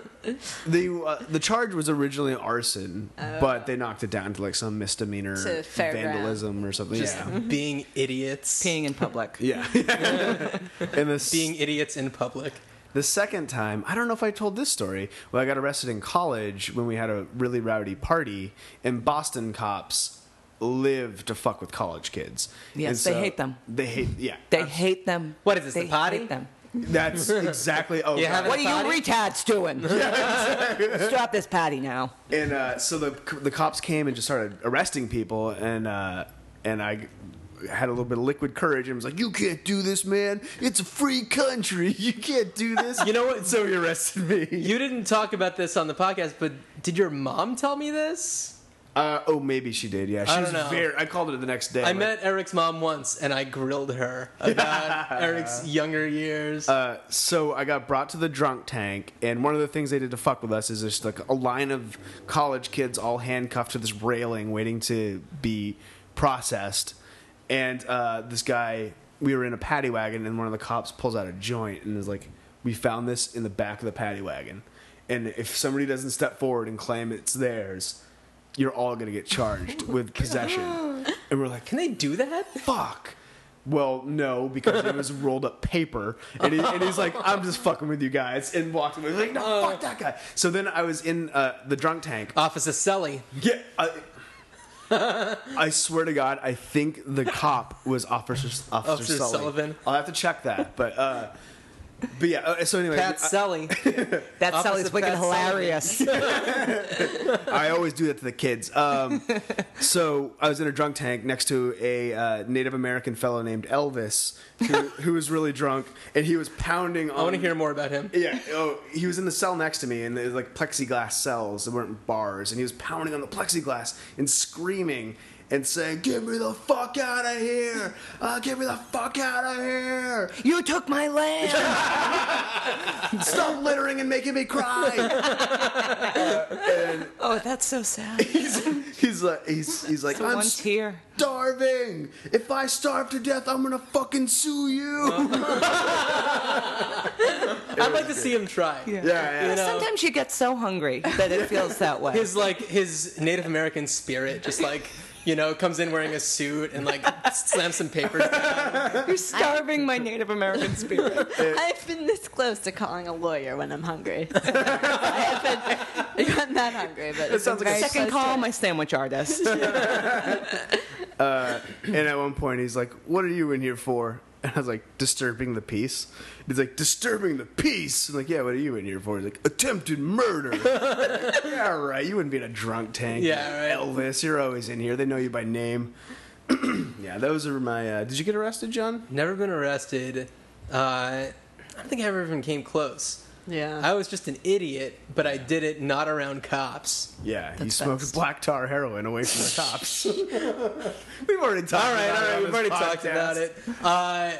the uh, the charge was originally arson, but they knocked it down to like some misdemeanor Oh. To fairground. vandalism or something. Just yeah. Mm-hmm. being idiots. Peeing in public. *laughs* Yeah. and the, s- Being idiots in public. the second time, I don't know if I told this story. Well, I got arrested in college when we had a really rowdy party, and Boston cops live to fuck with college kids. Yes, And they hate them. They hate, yeah. They hate them. What is this, They the potty? hate them. That's *laughs* exactly. Oh, You God. haven't- What are you Potty? retards doing? *laughs* Stop this potty now. and uh, so the the cops came and just started arresting people, and uh, and I had a little bit of liquid courage and was like, "You can't do this, man! It's a free country. *laughs* You can't do this." You know what? So he arrested me. You didn't talk about this on the podcast, but did your mom tell me this? Uh, oh, maybe she did. Yeah, she I don't was know. very. I called her the next day. I like, met Eric's mom once, and I grilled her *laughs* about Eric's younger years. Uh, so I got brought to the drunk tank, and one of the things they did to fuck with us is there's like a line of college kids all handcuffed to this railing, waiting to be processed. And uh, this guy, we were in a paddy wagon, and one of the cops pulls out a joint and is like, "We found this in the back of the paddy wagon, and if somebody doesn't step forward and claim it's theirs, you're all gonna get charged with possession." And we're like, Can they do that? fuck. Well, no, because it was rolled up paper. And, he, and he's like, I'm just fucking with you guys. And walked away. Like, no, Oh. fuck that guy. So then I was in uh, the drunk tank. Office of Selly. Yeah. I, *laughs* I swear to God, I think the cop was Officer, Officer, Officer Sully. Sullivan. I'll have to check that. But, uh, but yeah, uh, so anyway. Pat Selly. That Opposite Sally's wicked Pat Sally. *laughs* hilarious. I always do that to the kids. Um, so I was in a drunk tank next to a uh, Native American fellow named Elvis, who, who was really drunk, and he was pounding on. I want to hear more about him. Yeah. Oh, he was in the cell next to me, and there's like plexiglass cells. There weren't bars, and he was pounding on the plexiglass and screaming and saying, "Get me the fuck out of here! Uh, get me the fuck out of here! you took my *laughs* land. Stop littering and making me cry!" *laughs* oh, that's so sad. he's, he's like, he's, he's like, So "I'm one tear. starving. If I starve to death, I'm gonna fucking sue *laughs* you. I'd like to see him try. Yeah. yeah. You know? Sometimes you get so hungry that it feels that way. His like his Native American spirit just like you know comes in wearing a suit and like *laughs* slams some papers. down. You're starving my Native *laughs* American spirit. *laughs* I've been this close to calling a lawyer when I'm *laughs* hungry. *laughs* So I haven't gotten that hungry, but it sounds like a Second call, my sandwich *laughs* artist. And at one point, he's like, "What are you in here for?" *laughs* And I was like, "Disturbing the peace." He's like, "Disturbing the peace." I'm like, "Yeah, what are you in here for?" He's like, "Attempted murder." *laughs* yeah, all right. You wouldn't be in a drunk tank. Yeah, right. Elvis, you're always in here. They know you by name. *clears throat* yeah, those are my. Uh, did you get arrested, John? Never been arrested. Uh, I don't think I ever even came close. Yeah. I was just an idiot, but I did it not around cops. Yeah, you That's smoked best. black tar heroin away from the *laughs* cops. we've already talked. All right, about all it right, on we've this already talked podcast. about it. Uh,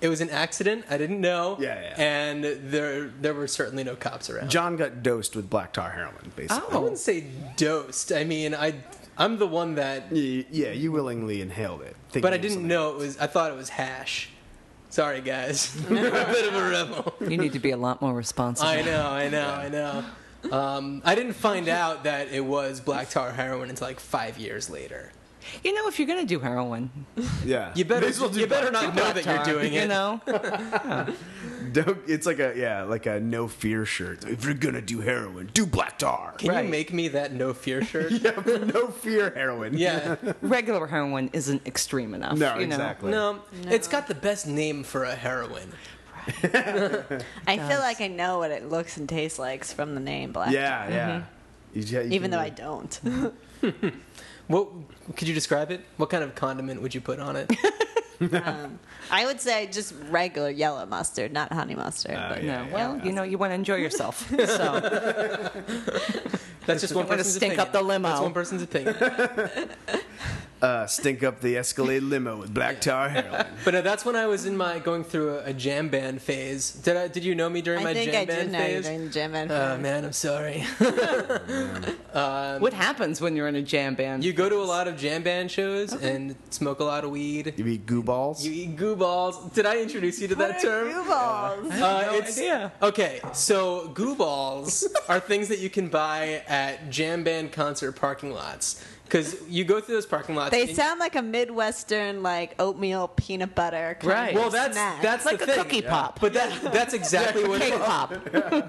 it was an accident. I didn't know. Yeah, yeah. And there, there were certainly no cops around. John got dosed with black tar heroin, basically. I wouldn't say dosed. I mean, I, I'm the one that, Y- Yeah, you willingly inhaled it, thinking but I it was didn't something know it was. I thought it was hash. Sorry, guys. *laughs* I'm a bit of a rebel. You need to be a lot more responsible. I know, I know, I know. Um, I didn't find out that it was black tar heroin until like five years later. You know, if you're gonna do heroin, Yeah, You better, May as well do you better black not know that you're doing you it. *laughs* know, *laughs* tar. Don't- It's like a yeah, like a no fear shirt. If you're gonna do heroin, do black tar. Can Right. you make me that *laughs* no fear shirt? yeah, no fear heroin. yeah. regular heroin isn't extreme enough. No, you know? exactly. No, it's got the best name for a heroin. I feel like I know what it looks and tastes like from the name Black. Yeah, yeah. Mm-hmm. You, yeah you can Even though do I it. don't. Mm-hmm. *laughs* What could you describe it? What kind of condiment would you put on *laughs* it? I would say just regular yellow mustard, not honey mustard. Oh, but yeah. No, well, you know, you want to enjoy *laughs* yourself. So That's just one I'm gonna person's stink opinion. up the limo. That's one person's opinion. *laughs* Uh, stink up the Escalade limo with black tar heroin. *laughs* But no, that's when I was in my going through a, a jam band phase. Did I? Did you know me during I my think jam I did band know you phase? during the jam Uh, band. Oh phase. man, I'm sorry. what happens when you're in a jam band? Um, You go to a lot of jam band shows and smoke a lot of weed. You eat goo balls. You eat goo balls. Did I introduce you to What that are term? goo balls? Uh, no idea. Okay, so *laughs* goo balls are things that you can buy at jam band concert parking lots. Because you go through those parking lots. They and- sound like a midwestern, like oatmeal peanut butter. Kind Right. Of Well, that's snack. that's like the a thing. cookie pop. But that *laughs* that's exactly what Cake it, pop,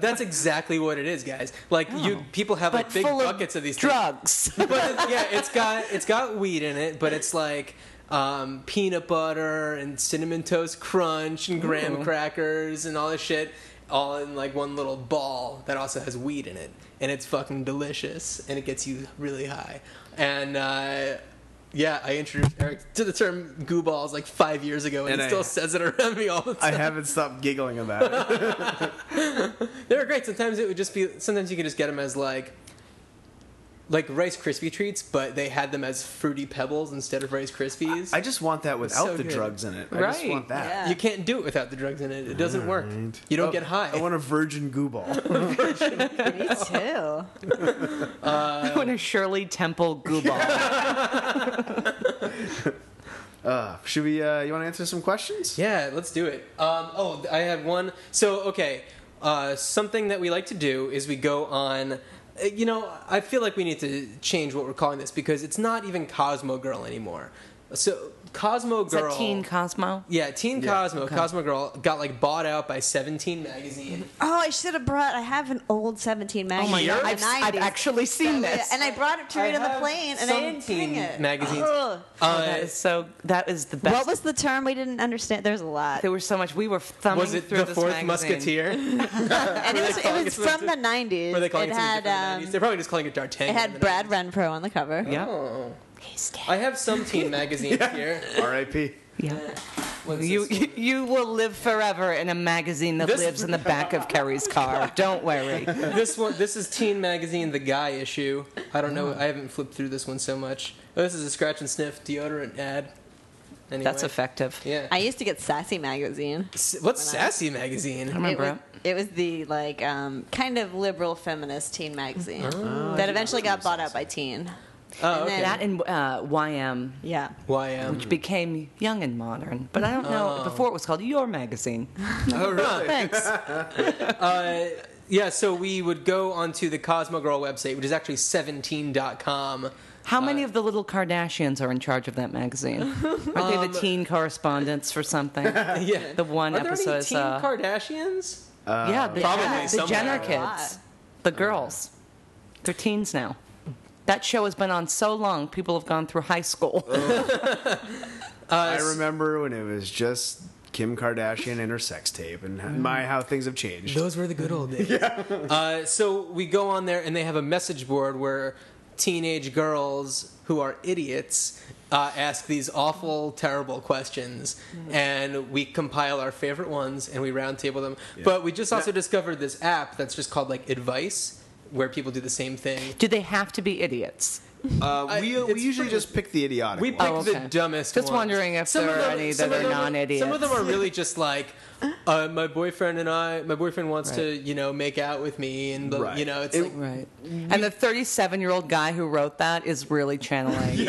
*laughs* that's exactly what it is, guys. Like you people have Oh. but like big full buckets of, of, these things. drugs. *laughs* But it's- yeah, it's got it's got weed in it, but it's like um, peanut butter and cinnamon toast crunch and graham Ooh. crackers and all this shit, all in like one little ball that also has weed in it, and it's fucking delicious, and it gets you really high. And uh, yeah, I introduced Eric to the term goo balls like five years ago, and, And he I- still says it around me all the I time. haven't stopped giggling about *laughs* it. They were great. Sometimes it would just be. Sometimes you could just get them as like, like Rice Krispie treats, but they had them as fruity pebbles instead of Rice Krispies. I just want that without so the good. drugs in it. I just Right. want that. Yeah. you can't do it without the drugs in it. It doesn't work. You don't Oh, get high. I want a virgin goo ball. Me too. I want a Shirley Temple goo *laughs* ball. Uh, should we? Uh, you want to answer some questions? Yeah, let's do it. Um, oh, I had one. So, okay, uh, something that we like to do is we go on. uh, You know, I feel like we need to change what we're calling this because it's not even Cosmo Girl anymore. So, Cosmo Is that Girl. Teen Cosmo? yeah, Teen Yeah, Cosmo, Cosmo Girl got like bought out by Seventeen magazine. Oh, I should have brought. I have an old 17 magazine. Oh my god, from the I've, I've 90s. actually seen this. And I brought it to I read on the have plane, and I some didn't bring teen it. magazines. Ugh. Oh, that Uh, is so that is the best. What was the term we didn't understand? There's a lot. there was so much. We were thumbing was it through the this Fourth magazine. Musketeer? *laughs* And it was, it calling was it something from the 90s. Were they calling it it something had different in um, the 90s? They're probably just calling it D'Artagnan. it in had the Brad 90s. Renfro on the cover. Yeah, Oh, I have *laughs* some teen magazines here. R.I.P. yeah. What is You this? you will live forever in a magazine that This- lives in the back of Kerry's *laughs* car. Don't worry. this one this is teen magazine the guy issue i don't know i haven't flipped through this one so much oh, this is a scratch and sniff deodorant ad anyway, That's effective. yeah I used to get Sassy magazine. S- what's sassy magazine Remember it was, it? it was the like um, kind of liberal feminist teen magazine Oh, that eventually got bought out by Teen. oh and okay then- That and uh, YM Yeah. why um became Young and Modern, but I don't know. Before it was called Your Magazine. oh really Thanks. uh, yeah so we would go onto the cosmo girl website which is actually 17.com *laughs* How many of the little Kardashians are in charge of that magazine? Aren't they the teen correspondents for something? yeah The one are there episode any is, teen uh, kardashians yeah, the, Probably yeah, the somewhere. Jenner Yeah. kids, the girls, they're teens now. That show has been on so long, people have gone through high school. Uh, I remember when it was just Kim Kardashian and her sex tape, and my how things have changed. Those were the good old *laughs* days. uh, so we go on there, and they have a message board where teenage girls who are idiots uh, ask these awful, terrible questions, Mm-hmm. and we compile our favorite ones and we roundtable them. But we just also discovered this app that's just called like Advice, where people do the same thing. Do they have to be idiots? Uh, we, I- we it's usually pretty- just pick the idiotic. We one. picked Oh, okay. the dumbest. Just ones. wondering if there of are any some that of are them- Some of non-idiots. them are really just like, uh, my boyfriend and I. My boyfriend wants to, you know, make out with me, and the, Right. you know, it's It- like, Right. And the 37 year old guy who wrote that is really channeling.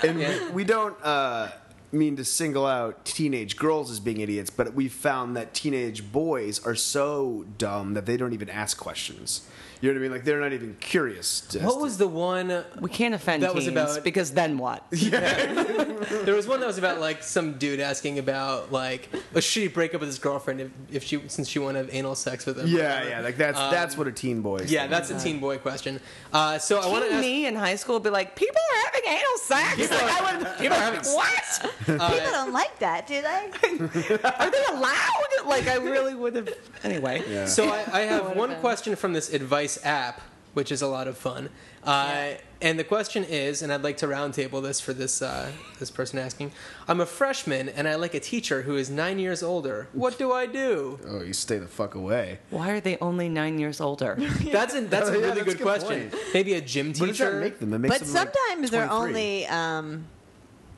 And we, we don't uh, mean to single out teenage girls as being idiots, but we've found that teenage boys are so dumb that they don't even ask questions. You know what I mean? Like they're not even curious. To what was the one? We can't offend That was teens about- because then what? There was one that was about like some dude asking about like, oh, should he break up with his girlfriend if, if she since she want to have anal sex with him? or yeah, whatever. yeah. Like that's Um, that's what a teen boy. Is yeah, that's a teen boy question. Uh, so *laughs* I want to Teen ask. me in high school would be like, people are having anal sex. Like, I would, people are having *laughs* what? People don't like that, do they? Are they allowed? Like, I really would have. Anyway, *laughs* So I, I have Would've one been. question from this advice app, which is a lot of fun. Uh, And the question is, and I'd like to roundtable this for this uh, this person asking. I'm a freshman, and I like a teacher who is nine years older. What do I do? Oh, you stay the fuck away. why are they only nine years older? That's a, that's a Oh, *laughs* yeah, really that's a good, good question. point. Maybe a gym What does teacher. that make them? It makes But them, like, sometimes they're 23. only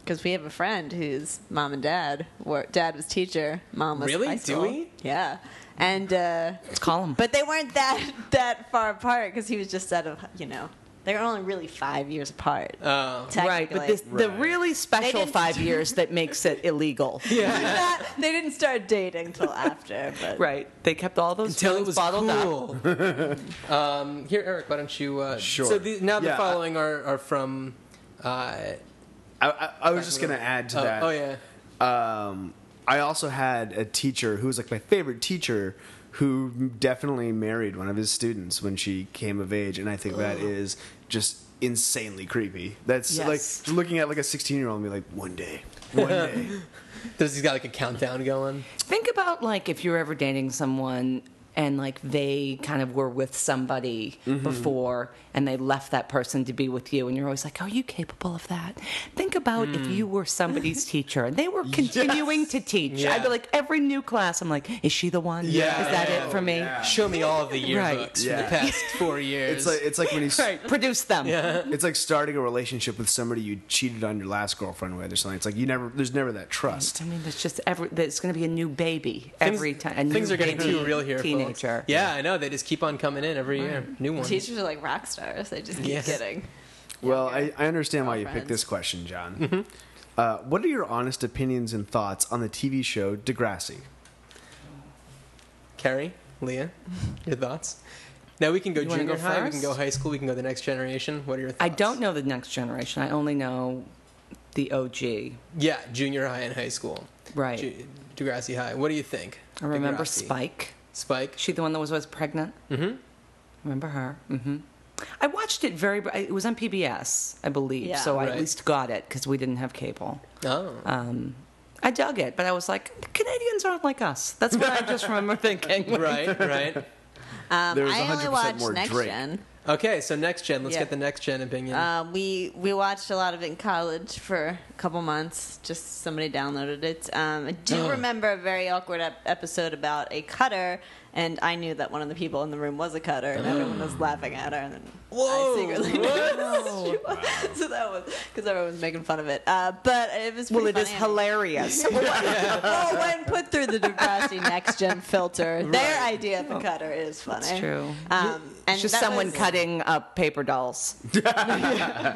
because we have a friend whose mom and dad were dad was teacher, mom was Really? high Do school. we? Yeah, and uh, Let's call them. but they weren't that *laughs* that far apart because he was just out of you know they were only really five years apart. Oh. right, but technically. this, the Right. really special *laughs* didn't- five years that makes it illegal. Not- they didn't start dating till after. But Right. They kept all those Until it feelings was bottled up. cool. *laughs* um, here, Eric, why don't you? Uh, Sure. So the, now the Yeah, I- following are, are from. Uh, I, I, I was just gonna add to oh, that. Oh yeah. um, I also had a teacher who was like my favorite teacher who definitely married one of his students when she came of age, and I think that is just insanely creepy. That's Yes. like looking at like a sixteen year old and be like, one day, one day. Does he's got like a countdown going? Think about like if you're ever dating someone and like they kind of were with somebody Mm-hmm. before and they left that person to be with you and you're always like, Are you capable of that? Think about if Mm. you were *laughs* somebody's teacher and they were continuing to teach. I'd Yeah. be like every new class, I'm like, Is she the one? Yeah. Is that Yeah. it for me? Yeah. Show me all of the yearbooks Right. for Yeah. *laughs* the past four years. it's like it's like when you s Right. Produce them. it's like starting a relationship with somebody you cheated on your last girlfriend with or something. It's like you never there's never that trust. I mean, there's just every. There's going to be a new baby every time. a new things are getting baby too real here. folks. Teenager. Yeah, I know. They just keep on coming in every year. New ones. teachers are like rock stars; they just keep Yes. getting. Well, yeah. I, I understand why you Girlfriends. picked this question, John. Uh, what are your honest opinions and thoughts on the TV show Degrassi? Carrie, *laughs* Leah, your thoughts? Now we can go You wanna junior go high. We can first? go high school. We can go the next generation. What are your thoughts? I don't know the next generation. I only know the OG. Yeah, junior high and high school. Right. Ju- Degrassi High. What do you think? I remember Degrassi. Spike. Spike. *laughs* She the one that was always pregnant. Mm-hmm. Remember her? Mm-hmm. I watched it very. It was on PBS, I believe. Yeah. So I Right. at least got it because we didn't have cable. Oh. Um, I dug it, but I was like, the Canadians aren't like us. That's what I just remember thinking. right. Right. *laughs* Um, There's I only 100% watched more Next Drake. Gen. Okay. So next gen. Let's Yeah. get the next gen opinion. Uh, Um, we we watched a lot of it in college for a couple months. Just somebody downloaded it. Um, I do Ugh. remember a very awkward ep- episode about a cutter, and I knew that one of the people in the room was a cutter, and everyone was laughing at her. And then Whoa, *laughs* I secretly *laughs* knew what? she was. so that was because everyone was making fun of it. Uh, but it *laughs* was Well, it pretty is funny. hilarious. well, when put through the Degrassi Next *laughs* Gen filter, their idea Oh, of a cutter is funny. That's true. Um, and It's just that someone was- cutting up paper dolls. *laughs*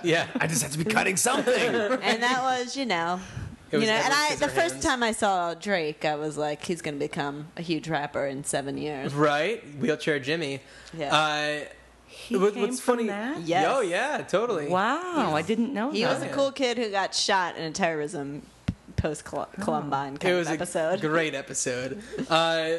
yeah. I just have to be cutting *laughs* something. and that was, you know, *laughs* It was you know, and I Edward the first Scissorhands. time I saw Drake, I was like, he's going to become a huge rapper in seven years. *laughs* Right. Wheelchair Jimmy. Yeah. Uh, He what- came what's from funny? that? Yes. Oh yeah. Totally. Wow, I didn't know He that. was a cool kid who got shot in a terrorism post Columbine kind Oh. it was of episode. *laughs* a great episode. Uh,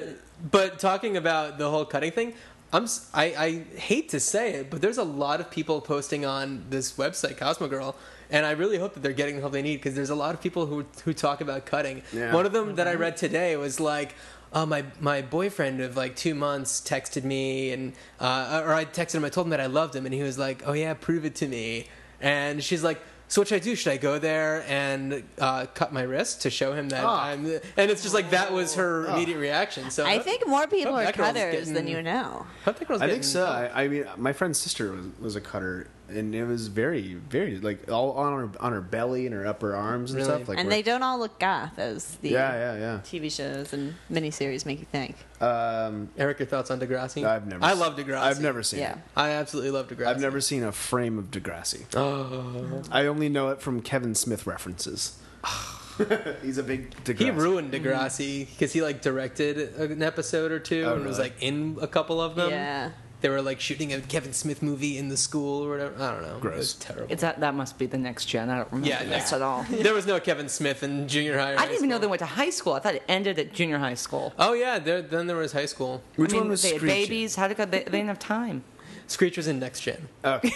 but talking about the whole cutting thing, I'm s- I, I hate to say it, but there's a lot of people posting on this website Cosmo Girl, and I really hope that they're getting the help they need because there's a lot of people who who talk about cutting. Yeah. One of them that Mm-hmm. I read today was like. Uh, my my boyfriend of like two months texted me and uh, or I texted him. I told him that I loved him, and he was like, "Oh yeah, prove it to me." And she's like, So what should I do? Should I go there and uh, cut my wrist to show him that Ah. I'm? The, and it's just like that was Oh. her immediate reaction. So I think more people hope uh, are oh, that girl's cutters than getting- you know. I think, I think so. I, I mean, my friend's sister was, was a cutter, and it was very, very like all on her on her belly and her upper arms and Really? stuff. Like and where- they don't all look goth as the Yeah, yeah, TV shows and miniseries make you think. yeah. Um, Eric, your thoughts on Degrassi? I've never. I s- love Degrassi. I've never seen. Yeah. It. I absolutely love Degrassi. I've never seen a frame of Degrassi. Oh, I only know it from Kevin Smith *sighs* references. *laughs* He's a big Degrassi. he ruined Degrassi because he like directed an episode or two Oh, and was really? like in a couple of them. yeah. They were like shooting a Kevin Smith movie in the school or whatever. I don't know. It was Gross. terrible. It's that, that must be the next gen. I don't remember Yeah, this yeah. at all. there was no Kevin Smith in junior high. Or I high didn't even know they went school. to high school. I thought it ended at junior high school. Oh yeah, there, then there was high school. Which I mean, one was they had Screeching? babies. How did they, they didn't have time? Screech was in next gen. Okay.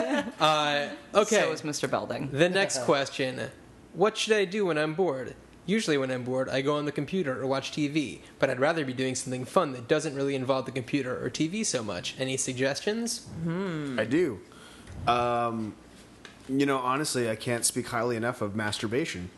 *laughs* Uh, okay. So was Mr. Belding. *laughs* The next question What should I do when I'm bored? Usually, when I'm bored, I go on the computer or watch TV, but I'd rather be doing something fun that doesn't really involve the computer or TV so much. Any suggestions? I do. Um, you know, honestly, I can't speak highly enough of masturbation.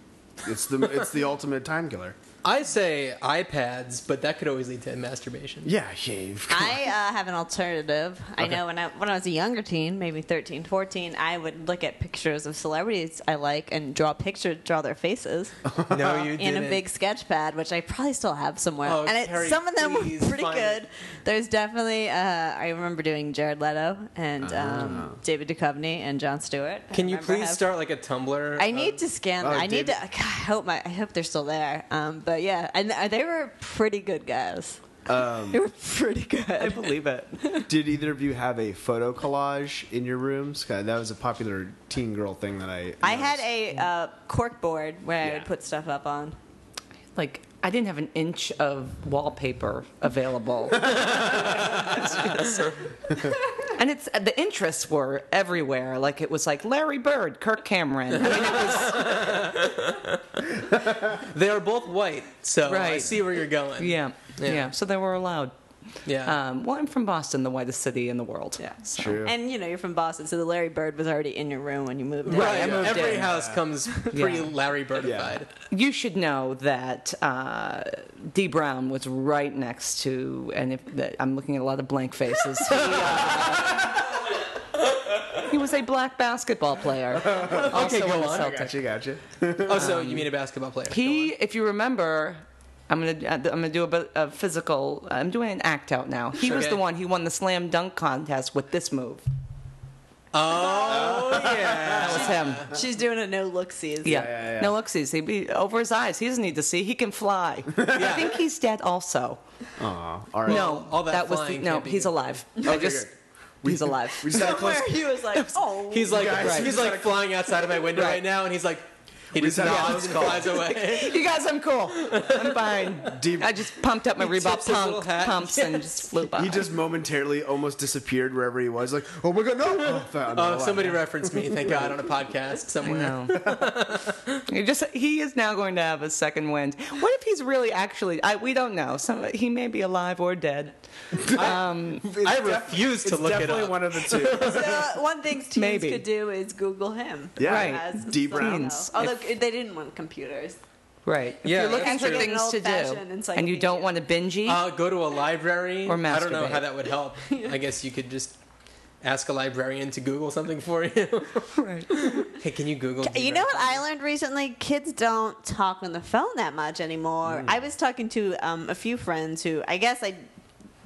It's the it's the *laughs* ultimate time killer. I say iPads, but that could always lead to masturbation. Yeah, yeah. I uh, have an alternative. I know when I when I was a younger teen, maybe 13, 14, I would look at pictures of celebrities I like and draw pictures, draw *laughs* their faces *laughs* No, Oh, *laughs* you in didn't. a big sketch pad, which I probably still have somewhere. Oh, and it, Carrie, some of them were please pretty find good. it. There's definitely uh, I remember doing Jared Leto and um, David Duchovny and John Stewart. I Ah. Can you remember please have- start like a Tumblr? Um, I of- need to scan. oh, I need David- to. I hope my. I hope they're still there. Um, but yeah, and uh, they were pretty good guys. Um, they were pretty good. I believe it. Did either of you have a photo collage in your rooms? 'Cause That was a popular teen girl thing that I. I had noticed. a uh, cork board where I Yeah. would put stuff up on. *laughs* Like, I didn't have an inch of wallpaper available. and it's the interests were everywhere. Like it was like Larry Bird, Kirk Cameron. I mean, it was, They are both white, so I Right. see where you're going. yeah, Yeah. yeah, So they were allowed. Yeah. Um, well, I'm from Boston, the whitest city in the world. Yeah. So- True. And you know, you're from Boston, so the Larry Bird was already in your room when you moved. in. Right, I moved every in. house *laughs* comes pretty Yeah. Larry Birdified. You should know that uh, D. Brown was right next to, and if that, I'm looking at a lot of blank faces. He, uh, he was a black basketball *laughs* player. Okay, go on. I Gotcha, gotcha. Oh, so you mean a basketball player? Um, He, if you remember, I'm gonna uh, I'm gonna do a bit of physical. I'm doing an act out now. He was Okay. the one. He won the slam dunk contest with this move. Oh yeah. That was him. She's doing a no look season. Yeah. yeah, yeah. No, look, sees he be over his eyes. He doesn't need to see. He can fly. I think he's dead. Also, Aw, all right. no, all that was the, flying no. can't be He's good. alive. I Oh, just, good. he's alive. We just had a close. Where he was like, oh, He's like Guys, right. we he's just like flying outside of my window right, now, and he's like he just just had a nods and *laughs* flies away. you guys, I'm cool. I'm fine. Deep- I just pumped up my He tips Reebok his little pump, hat. pumps and just flew by. He just momentarily almost disappeared wherever he was. Like, oh my god, no! Oh, *laughs* found Oh, him. somebody referenced me. Thank God on *laughs* a podcast somewhere. No. he just he is now going to have a second wind. What if he's really actually I we don't know. Some he may be alive or dead. It's I def- refuse to it's look it definitely up. one of the two. so uh, one thing teens Maybe. could do is Google him. Yeah. Right. As D. some- Brown. Although they didn't want computers. Right. If Yeah, you're looking that's for true. things Like to an old-fashioned do and you don't encyclopedia. want to binge eat, Uh, go to a library. Or I don't know masturbate. how that would help. I guess you could just ask a librarian to Google something for you. right. *laughs* hey, can you Google? You know what I learned recently? Kids don't talk on the phone that much Mm. anymore. I was talking to um, a few friends who, I guess, I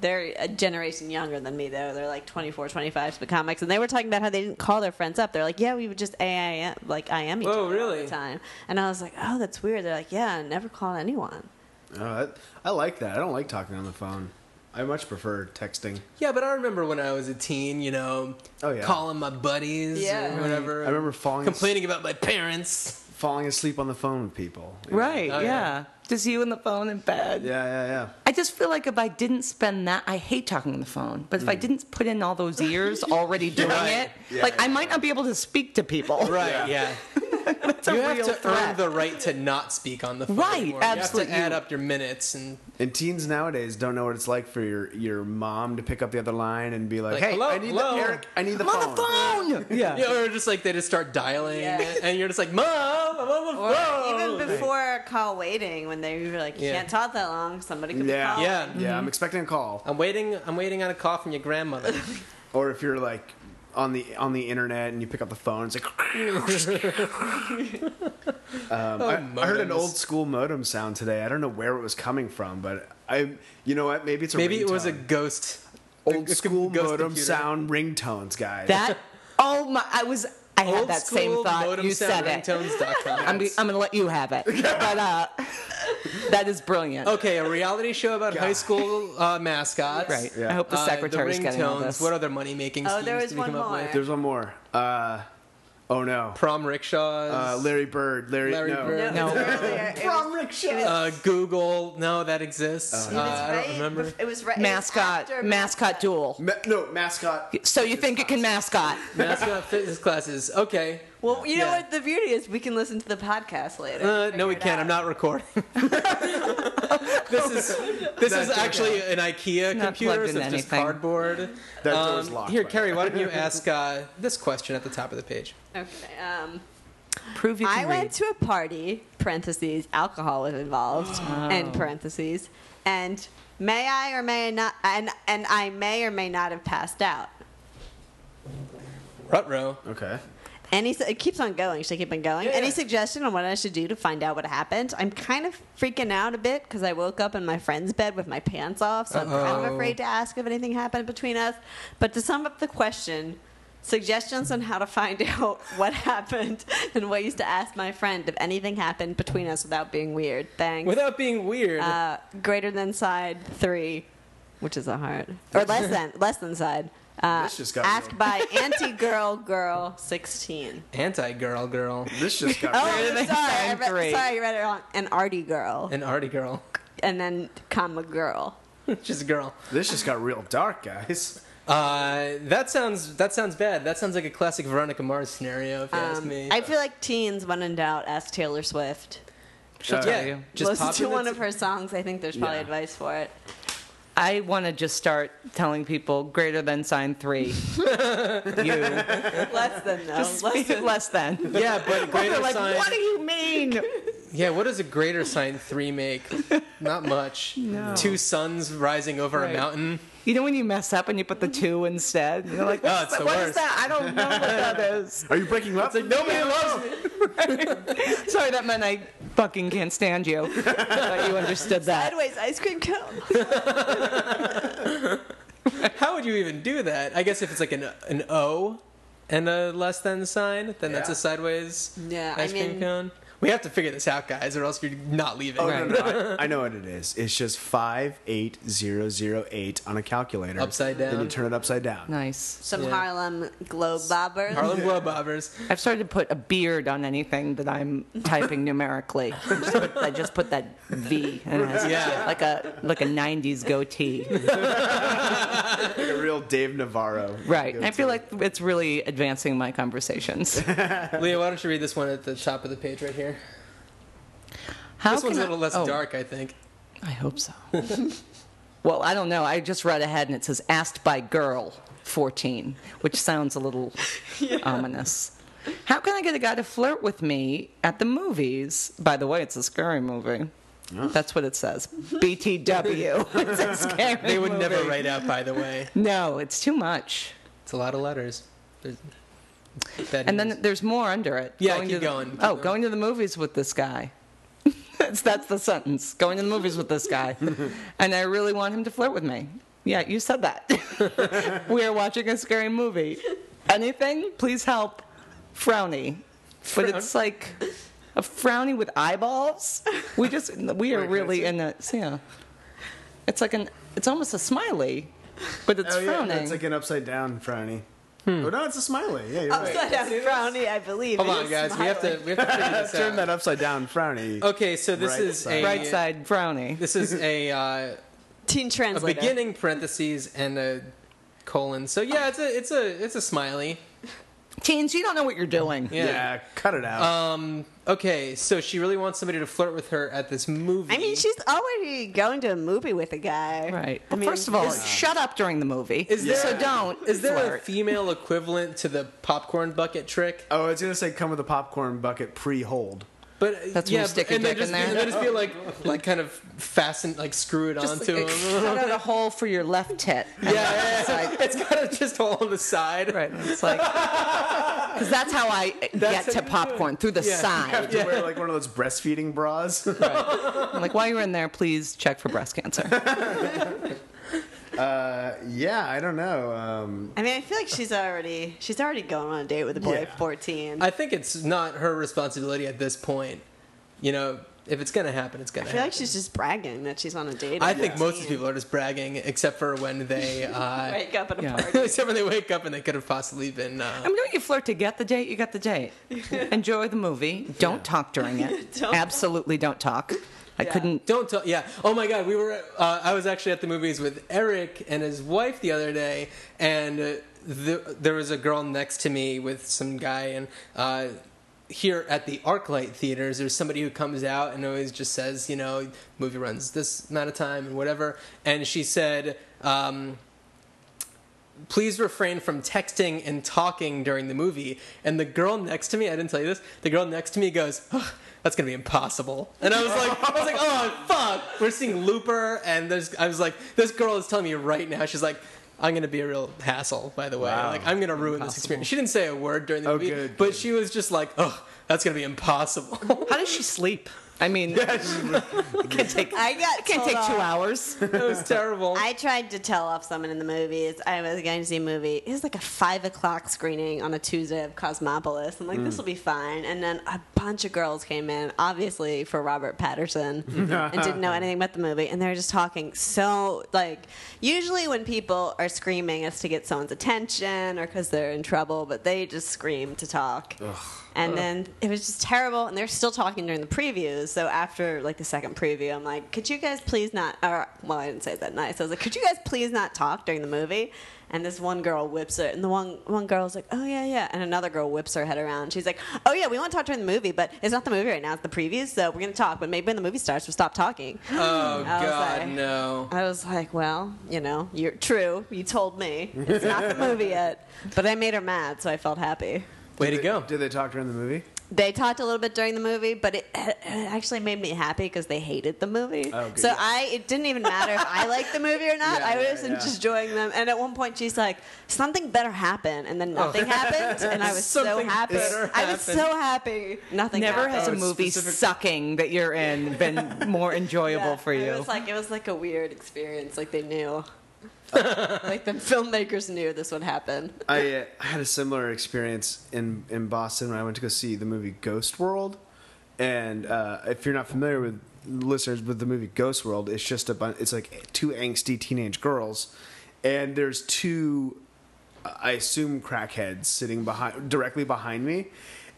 they're a generation younger than me though. They're like 24, 25 but comics, and they were talking about how they didn't call their friends up. They're like, "Yeah, we would just AIM like I am each Whoa, other all the really? time." And I was like, "Oh, that's weird." They're like, "Yeah, I never call anyone." Oh, that- I like that. I don't like talking on the phone. I much prefer texting. Yeah, but I remember when I was a teen. You know, Oh, yeah. calling my buddies Yeah. or whatever. I remember falling complaining about my parents. falling asleep on the phone with people. Right, Oh, yeah. yeah. Just you and the phone in bed. Yeah, yeah, yeah. I just feel like if I didn't spend that, I hate talking on the phone. But if I didn't put in *laughs* all those years already doing Mm. Right. it, Yeah, like I yeah, might not be able to speak to people. Right. Yeah. *laughs* That's a you have real to threat. earn the right to not speak on the phone. Right, anymore. absolutely. You have to add up your minutes and And teens nowadays don't know what it's like for your, your mom to pick up the other line and be like, Like, "Hey, hello, I need hello." the Eric, I need the I'm on phone." the phone. Yeah. Yeah, or just like they just start dialing, Yeah. and you're just like, "Mom, I'm on the Or phone." even before call waiting, when they were like, you Oh, Yeah. can't talk that long, somebody could Yeah, be calling. yeah. I'm expecting a call. I'm waiting. I'm waiting on a call from your grandmother. Or if you're like on the on the internet and you pick up the phone, it's like. um, *laughs* I, I heard an Oh, modems. old school modem sound today. I don't know where it was coming from, but I, you know what? Maybe it's a Maybe it was a ringtone. ghost. old a school ghost modem computer. sound ringtones, *laughs* guys. That. Oh my! I was. I had Old that same school thought. modem You said sound it. ringtones.com. I'm, g- I'm gonna let you have it. But uh, that is brilliant. okay, a reality show about high God. school uh, mascots. Right. Yeah. I hope the Uh, secretary's the getting all ringtones, this. What other money making? Oh, there was did we one come up more. with? There's one more. Uh, oh no. Prom rickshaws. Uh, Larry Bird. Larry, Larry no. Bird. No, No. It was earlier. It was, it was, uh, Google. No, that exists. it Uh, was I right don't *laughs* remember. bef- It was right. it was mascot, after mascot duel. Ma- no mascot. So you think it can mascot? Mascot fitness classes. Okay. Well, you know Yeah. what the beauty is? We can listen to the podcast later. Uh, and no, we figure it can't. I'm out. not *laughs* recording. this is this is That's actually an IKEA Not computer, plugged so into it's just anything. cardboard. That Um, door's locked. here, by the Carrie, way. why don't you ask uh, this question at the top of the page? Okay. Um, Prove you I can went read. to a party (parentheses alcohol was *gasps* involved) Oh. and parentheses and may I or may I not and and I may or may not have passed out. Rutro. Okay. Any su- it keeps on going. Should I keep on going? Yeah, Any yeah. suggestion on what I should do to find out what happened? I'm kind of freaking out a bit because I woke up in my friend's bed with my pants off, so I'm kind of Uh-oh. afraid to ask if anything happened between us. But to sum up the question, suggestions on how to find *laughs* out what happened and ways to ask my friend if anything happened between us without being weird. Thanks. Without being weird, uh, greater than side three, which is a heart, *laughs* or less than less than side. Uh, This just got ask real. by anti girl girl sixteen. anti-girl girl, This just got. Oh, weird. Greater I'm than sorry. I sign read, three. Sorry, you read it wrong. An arty girl, an arty girl, *laughs* and then comma girl. just a girl. This just got real dark, guys. Uh, that sounds that sounds bad. That sounds like a classic Veronica Mars scenario. If you ask Um, me, I feel like teens, when in doubt, ask Taylor Swift. She'll Uh, tell yeah, you. just Listen pop to in one the- of her songs. I think there's probably Yeah. advice for it. I want to just start telling people greater than sign *laughs* three. you Less than no. just less less than than. less than. *laughs* Yeah, *laughs* but greater They're like, sign. what do you mean? Yeah, what does a greater sign *laughs* three make? Not much. No. Two suns rising over Right. a mountain. You know when you mess up and you put the two instead. You're like, Oh, it's the what is worst. that? I don't know what *laughs* that is. Are you breaking up? Nobody loves me. Sorry, that meant I fucking can't stand *laughs* you. But you understood that. Sideways ice cream cone. How would you even do that? I guess if it's like an an O and a less than sign, then that's Yeah. a sideways Yeah, I ice cream mean- cone. We have to figure this out, guys, or else you're not leaving. Oh, Right. no, no, I, I know what it is. It's just 58008 on a calculator. Upside Then you down. turn it upside down. Nice. Some Yeah. Harlem globe bobbers. *laughs* Harlem Globeotters. I've started to put a beard on anything that I'm typing numerically. I just put, I just put that V, in it. Yeah. like a like a '90s goatee. Like a real Dave Navarro. Right. Go I feel to. like it's really advancing my *laughs* conversations. Leah, why don't you read this one at the top of the page right here? How this one's a can I- little less oh, dark, I think. I hope *laughs* so. *laughs* well, I don't know. I just read ahead and it says asked by girl 14, which sounds a *laughs* little ominous. How can I get a guy to flirt with me at the movies? By the way, it's a scary movie. That's what it says. *laughs* BTW. it's a scary They would never movie. write out, by the *laughs* way. No, it's too much. It's a lot of letters. There's, that And is- then there's more under it. Yeah, to keep the- going, keep oh, going. going to the movies with this guy. *laughs* that's, that's the sentence. Going to the movies with this *laughs* guy. and I really want him to flirt with me. Yeah, you said that. *laughs* we are watching a scary movie. Anything? Please help. Frowny. But it's like a frowny with eyeballs. We just, we are Wait, can I really see? in a, yeah. It's like an, it's almost a smiley, but it's Oh, yeah. frowning. It's like an upside down frowny. Oh, no, it's a smiley. Yeah, you're Oh, right. *laughs* Upside down frowny, I believe. Hold It on, is guys. We have to we have to figure *laughs* this Turn out. that upside down frowny. Okay, so this Right is side. a right side frowny. This is *laughs* a uh, Teen a translator. beginning parentheses and a colon. So yeah, it's a it's a it's a smiley. Teens, you don't know what you're doing. Yeah, Yeah. cut it out. Um. Okay. So she really wants somebody to flirt with her at this movie. I mean, she's already going to a movie with a guy. Right. I Well, mean, first of all, this- shut up during the movie. Is there- so don't. Is there a flirt. female equivalent to the popcorn bucket trick? oh, I was gonna say come with a popcorn bucket pre-hold. But uh, That's when yeah, you stick but- your and then dick in just, there. and then just *laughs* be like, like kind of fasten, like screw it Just onto like, him. cut out a hole for your left *laughs* tit. Yeah, yeah, yeah. it's kind of just all on the side. Right. It's like because that's how I That's get how to you do popcorn through the *laughs* Yeah. You have side. to wear like one of those breastfeeding *laughs* bras. I'm like while you're in there, please check for breast cancer. uh, yeah, I don't know. Um, I mean, I feel like she's already she's already going on a date with a boy Yeah. of fourteen. I, I think it's not her responsibility at this point. You know, if it's gonna happen, it's gonna feel happen. like she's just bragging that she's on a date. I at think most of 14. the people are just bragging, except for when *laughs* they, uh, wake up at a Yeah. party. *laughs* except when they wake up and they could have possibly been. I Uh, mean, don't you flirt to get the date? You got the date. Enjoy the movie. Don't talk during *laughs* it. Don't. Absolutely don't talk. I couldn't. don't tell. Yeah. Oh my God. We were. Uh, I was actually at the movies with Eric and his wife the other day, and uh, the, there was a girl next to me with some guy, and uh, here at the ArcLight theaters, there's somebody who comes out and always just says, you know, movie runs this amount of time and whatever, and she said. Um, please refrain from texting and talking during the movie. And the girl next to me, I didn't tell you this, the girl next to me goes, "Ugh, that's gonna be impossible. And I was like, I was like, oh fuck, we're seeing Looper, and there's, I was like, this girl is telling me right now, she's like. I'm gonna be a real hassle, by the way. Wow. Like I'm gonna ruin this experience. She didn't say a word during the Oh, movie, good, but good. she was just like, "Oh, that's gonna be impossible." *laughs* How does she sleep? I mean, *laughs* it can take. *laughs* I got it can told take two off. hours. it was terrible. I tried to tell off someone in the movies. I was going to see a movie. It was like a five o'clock screening on a Tuesday of Cosmopolis. I'm like, Mm. this will be fine. And then a bunch of girls came in, obviously for *laughs* Robert Patterson, and didn't know anything about the movie. And they were just talking so like. Usually, when people are screaming, it's to get someone's attention or because they're in trouble. But they just scream to talk. And then it was just terrible, and they're still talking during the previews. So after like the second preview, I'm like, "Could you guys please not?" Or well, I didn't say it that nice. I was like, "Could you guys please not talk during the movie?" And this one girl whips it, and the one one girl's like, "Oh yeah, yeah," and another girl whips her head around. She's like, "Oh yeah, we want to talk during the movie, but it's not the movie right now; it's the previews. So we're gonna talk, but maybe when the movie starts, we'll stop talking." oh I was God, like- no. I was like, "Well, you know, you're true. You told me it's not the movie yet, but I made her mad, so I felt happy." Way to did go. They, did they talk during the movie? they talked a little bit during the movie, but it, it actually made me happy because they hated the movie. Oh, good. so I, it didn't even matter if I liked the movie or *laughs* not. Yeah, I yeah, was yeah. just enjoying them. And at one point, she's like, "Something better happened," and Oh. then nothing happened, and I was so Something happy. better I was so happy. Nothing. Never happened. has Oh, a it's movie specific- sucking that you're in been more enjoyable Yeah, for you. It was like it was like a weird experience. Like *laughs* they knew, like the filmmakers knew this would happen. I uh, had a similar experience in in Boston when I went to go see the movie Ghost World. And uh, if you're not familiar with listeners with the movie Ghost World, it's just a bunch. It's like two angsty teenage girls, and there's two, I assume crackheads sitting behind directly behind me.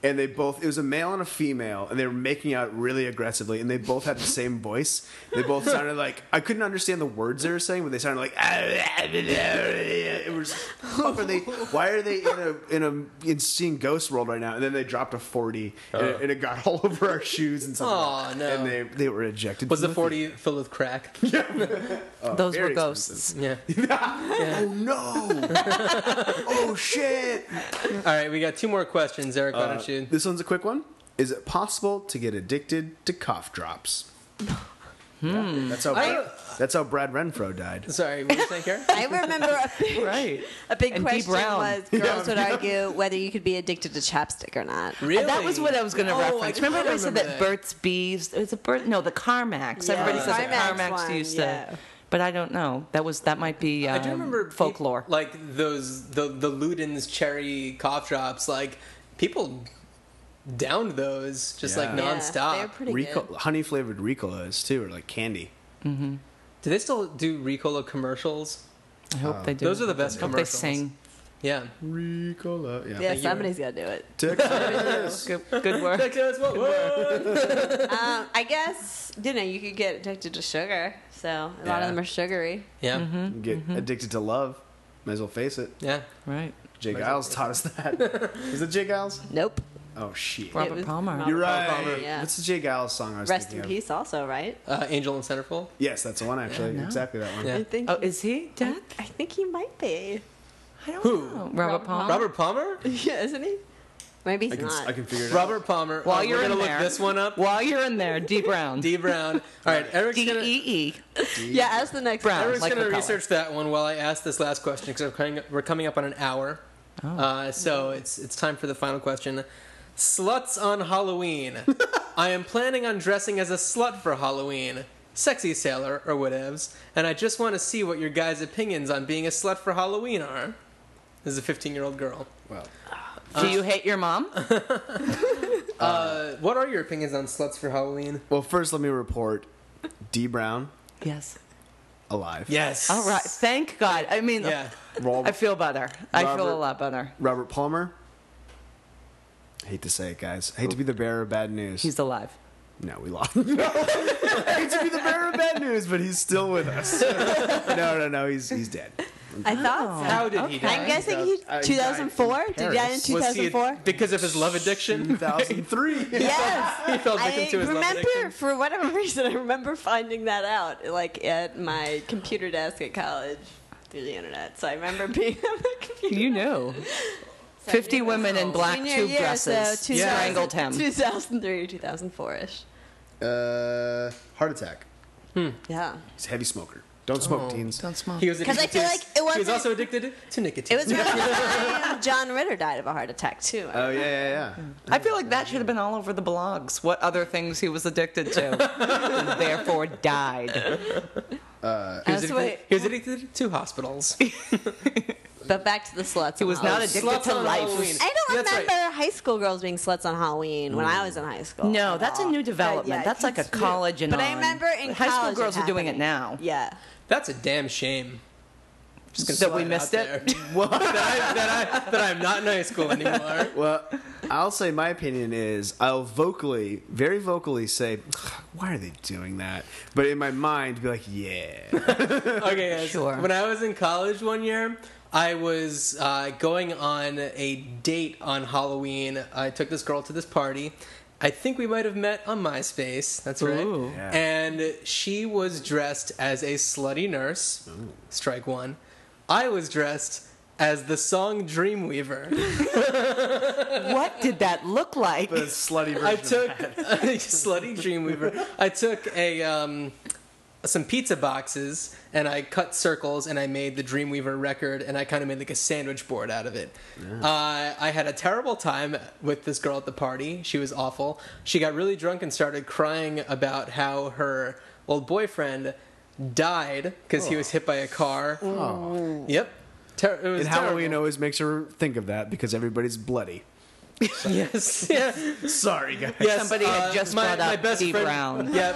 And they both, it was a male and a female, and they were making out really aggressively, and they both had the same voice. They both sounded like, I couldn't understand the words they were saying, but they sounded like, it was, fuck, are they, why are they in a, in a, in seeing Ghost World right now? And then they dropped a 40, and, Oh. it, and it got all *laughs* over our shoes and something. Aw, no. And they, they were ejected. Was the from theater. forty filled *laughs* with crack? Those were very ghosts. Yeah. Oh no! *laughs* oh shit! All right, we got two more questions, Eric. Why Uh, don't you? This one's a quick one. Is it possible to get addicted to cough *laughs* drops? Hmm. Yeah, that's how I Brad, don't- that's how Brad Renfro died. Sorry, what were you saying, Karen? I remember a big, Right. a big And D. question Brown. *laughs* was girls would argue whether you could be addicted to chapstick or not. *laughs* Really? That was what I was going to Oh, reference. I Remember, kinda everybody said that, remember that. Burt's Bees. It was a Burt. No, the Carmax. Yeah. Everybody says Carmax the Carmax one, used yeah. to. But I don't know. That was that might be. Um, I do remember peop- folklore. like those the the Luden's cherry cough drops. Like people downed those just like Yeah. Yeah, nonstop. they're pretty Rico, good. honey flavored Ricolas too, or like candy. do they still do Ricola commercials? I hope they do. those are the best Hope they commercials. sing. Yeah. Ricola, yeah. Yeah, you. somebody's got to do it. Texas. Good, good *laughs* work. Texas, what- what? *laughs* Um, I guess you know you could get addicted to sugar, so a lot Yeah. of them are sugary. yeah. Mm-hmm. Get addicted to love. Might as well face it. Mm-hmm. Yeah. right. Jay Giles taught us that. Was it Jay Giles? Nope. Oh shit. Robert Robert was- Palmer. You're Palmer. right. Yeah. What's the Jay Giles song I was Rest in thinking of? peace, also, right? Uh, Angel and Centerfold. Yes, that's the one actually. Yeah, no. Exactly that one. Yeah. I think. Oh, is he dead? I think he might be. *laughs* I don't Who? know. Robert, Robert Palmer. Palmer. Robert *laughs* Palmer? yeah, isn't he? Maybe he's I can not. I can figure it out. Robert Palmer. While Uh, you're we're in gonna look there. this one up. While you're in there, D Brown. D *laughs* D *laughs* Brown. All right, Eric's E gonna E. yeah, as the next Brown. Eric's like gonna the color. research that one while I ask this last question because coming, we're coming up on an hour. Uh, so it's it's time for the final question. Sluts on Halloween. I am planning on dressing as a slut for Halloween. Sexy sailor or whatevs, and I just want to see what your guys' opinions on being a slut for Halloween are. This is a 15 year old girl. Well, Do you hate your mom? Uh, what are your opinions on sluts for Halloween? well, first let me report D Brown yes. alive. Yes. All right. Thank God. I mean, Yeah. Rob- I feel better. I feel Robert- a lot better. Robert Palmer. Hate to say it, guys. Hate to be the bearer of bad news. He's alive. No, we lost. *laughs* no. hate to be the bearer of bad news, but he's still with us. no, no, no. He's he's dead. I thought so. How did he die? I'm guessing he Uh, he died in 2004. Did he die in Paris. Was he 2004? because of his love addiction? 2003. *laughs* Yes. he fell victim I to his love remember addiction. for whatever *laughs* reason I remember finding that out like at my computer desk at college through the internet. So I remember *laughs* being on the computer. You knew. So I knew 50 it was women in black junior tube year, dresses so Yeah. 2000 strangled him. 2003 2004 ish. Uh, heart attack. Yeah. He's a heavy smoker. Don't smoke, Oh. teens. Don't smoke. He was 'Cause I addicted feel to- like it He was wasn't- also addicted to It *laughs* nicotine. was around the time John Ritter died of a heart attack too. Uh, Oh yeah, yeah, yeah. I feel like that should have been all over the blogs. What other things he was addicted to, *laughs* and therefore died. *laughs* Uh, He was, That's addicted, what- he was addicted to hospitals. But back to the sluts. He was not addicted Sluts to on life. Halloween. I don't That's right. remember high school girls being sluts on Halloween when I was in high school. No, at that's a all. new But, development. yeah, that's like a it's new. college and But I on. remember in high school college girls it are doing it now. happened. Yeah. That's a damn shame. Just gonna So slide we out missed there. it. *laughs* that, I, that, I, that I'm not in high school anymore. Well, I'll say my opinion is I'll vocally, very vocally say, why are they doing that? But in my mind, be like, yeah. *laughs* *laughs* Okay, guys. Sure. When I was in college one year, I was uh, going on a date on Halloween. I took this girl to this party. I think we might have met on MySpace. That's right. Ooh. Yeah. And she was dressed as a slutty nurse. Strike one. I was dressed as the song Dreamweaver. What did that look like? The slutty version. I took *laughs* slutty Dreamweaver. I took a um, some pizza boxes and I cut circles and I made the Dreamweaver record and I kind of made like a sandwich board out of it. Uh, I had a terrible time with this girl at the party. She was awful. She got really drunk and started crying about how her old boyfriend died because Oh. he was hit by a car. Yep. Ter- it was and Halloween terrible. always makes her think of that because everybody's bloody. *laughs* *laughs* Yes. Yeah. Sorry, guys. *laughs* Yes, uh, Somebody had just brought up D. Brown. *laughs* Yeah,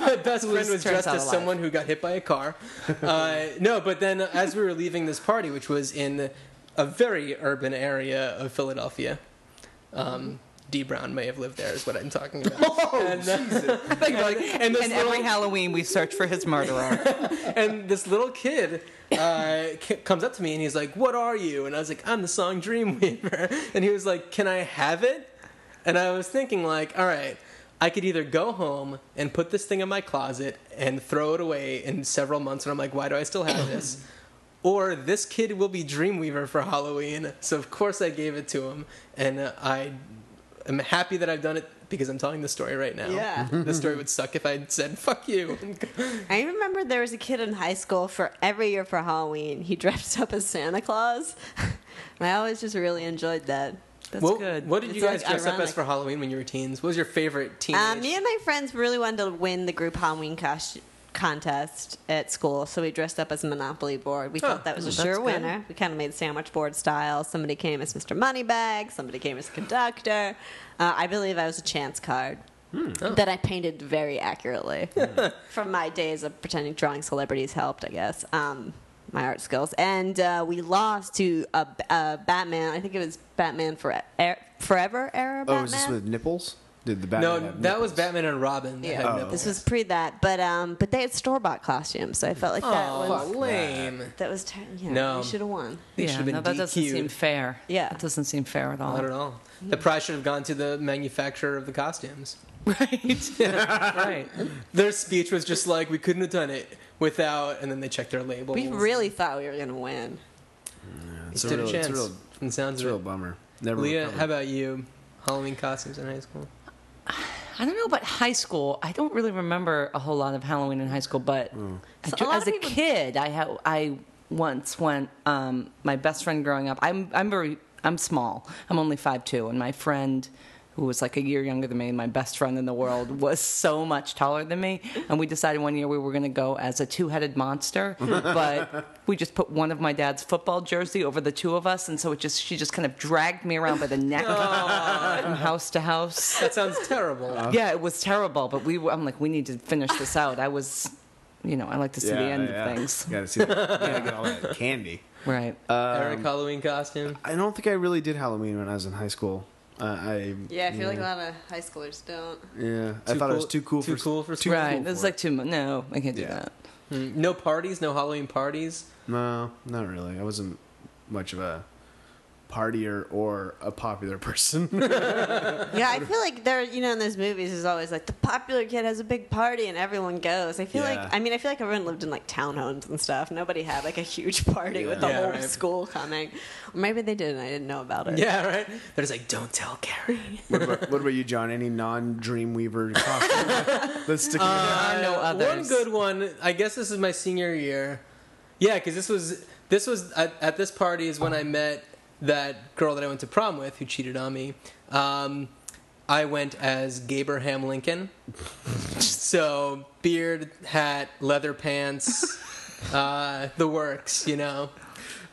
my best friend was turns dressed out as alive. someone who got hit by a car. *laughs* Uh, no, but then as we were leaving this party, which was in a very urban area of Philadelphia, um, D. Brown may have lived there, is what I'm talking about. *laughs* and, uh, and this *laughs* Oh, and little- every Halloween we search for his murderer. and this little kid uh, c- comes up to me and he's like, "What are you?" And I was like, "I'm the song Dreamweaver." *laughs* And he was like, "Can I have it?" And I was thinking, like, all right, I could either go home and put this thing in my closet and throw it away in several months, and I'm like, why do I still have this? Or this kid will be Dreamweaver for Halloween. So of course I gave it to him, and uh, I am happy that I've done it because I'm telling the story right now. Yeah. the story would suck if I would said "fuck you." I remember there was a kid in high school for every year for Halloween. He *laughs* dressed up as Santa Claus. *laughs* and I always just really enjoyed that. That's What, good. what did you It's, guys like, dress up as ironic. for Halloween when you were teens? What was your favorite Um, teenage? Uh, me and my friends really wanted to win the group Halloween cosh- contest at school, so we dressed up as a Monopoly board. We Huh. thought that was a That's sure good. winner. We kind of made sandwich board style. Somebody came as Mr. Moneybag. Somebody came as conductor. Uh, I believe I was a chance card. That I painted very accurately from my days of pretending drawing celebrities helped, I guess. Um, my art skills, and uh, we lost to a, a Batman. I think it was Batman for, Forever era. Oh, Batman. is this with nipples? Did the Batman? No, have that was nipples? Batman and Robin. That Yeah. had Oh. nipples. This was pre that, but um, but they had store bought costumes, so I felt like that Oh, was lame. that was ter- yeah, No. we should have won. *laughs* They should yeah, have been no, that doesn't DQ'd. seem fair. Yeah. That doesn't seem fair at all. Not at all. The prize should have gone to the manufacturer of the costumes. Right. right. Their speech was just like, we couldn't have done it without, and then they checked their label. We really thought we were gonna win. It's a real, it's a real, and sounds it's a real real. bummer. Never. Leah, recovered. how about you? Halloween costumes in high school. I don't know about high school. I don't really remember a whole lot of Halloween in high school, but I So do- a lot as of a people- kid, I ha- I once went. Um, my best friend growing up, I'm I'm very I'm small. I'm only five two, and my friend who was like a year younger than me, my best friend in the world, was so much taller than me. And we decided one year we were going to go as a two headed monster, but we just put one of my dad's football jersey over the two of us, and so it just she just kind of dragged me around by the neck from house to house. That *laughs* sounds terrible. Um, Yeah, it was terrible. But we, were, I'm like, we need to finish this out. I was, you know, I like to see the end of things. Got to see. That. Gotta get all that candy. Right. Eric Halloween costume. I don't think I really did Halloween when I was in high school. Uh, I Yeah, I feel like a lot of high schoolers *laughs* don't. yeah. I Too thought it was cool- too cool too for cool for too school? right. cool It was for like too much. No, I can't do Yeah. that. Mm, No parties, no Halloween parties. No, not really. I wasn't much of a partier or a popular *laughs* person. Yeah, I feel like there, you know, in those movies, is always like the popular kid has a big party and everyone goes. I feel Yeah. like, I mean, I feel like everyone lived in like townhomes and stuff. Nobody had like a huge party with the Yeah. Yeah, whole right. school coming. Or maybe they did, and I didn't know about *laughs* it. Yeah, right. They're just like, don't tell Gary. what, about, what about you, John? Any non-Dreamweaver costume that's sticking? There are no Uh, others. One good one. I guess this is my senior year. Yeah, because this was this was at, at this party is when I met that girl that I went to prom with who cheated on me. Um, I went as *laughs* Gabraham Lincoln. so beard, hat, leather pants, uh, the works. You know.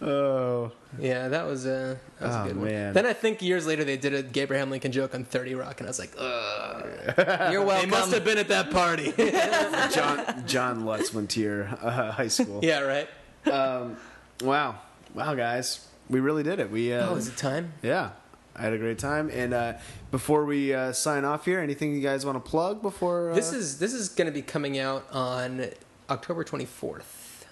oh, Yeah, that was a that was Oh, a good man. one. Then I think years later they did a Gabraham Lincoln joke on Thirty Rock, and I was like, ugh. You're welcome. They must have been at that party. John John Lutz went to your uh, high school. *laughs* yeah, right. Wow, wow, guys, we really did it. We uh, Oh, is it time? yeah. I had a great time, and uh, before we uh, sign off here, anything you guys want to plug before? Uh, This is this is going to be coming out on October 24th.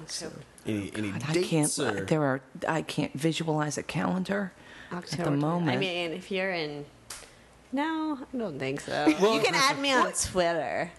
October, any, any God, I dates can't. uh, or- There are. I can't visualize a calendar October. at the moment. I mean, if you're in. No, I don't think so. *laughs* Well- you can add me on Twitter.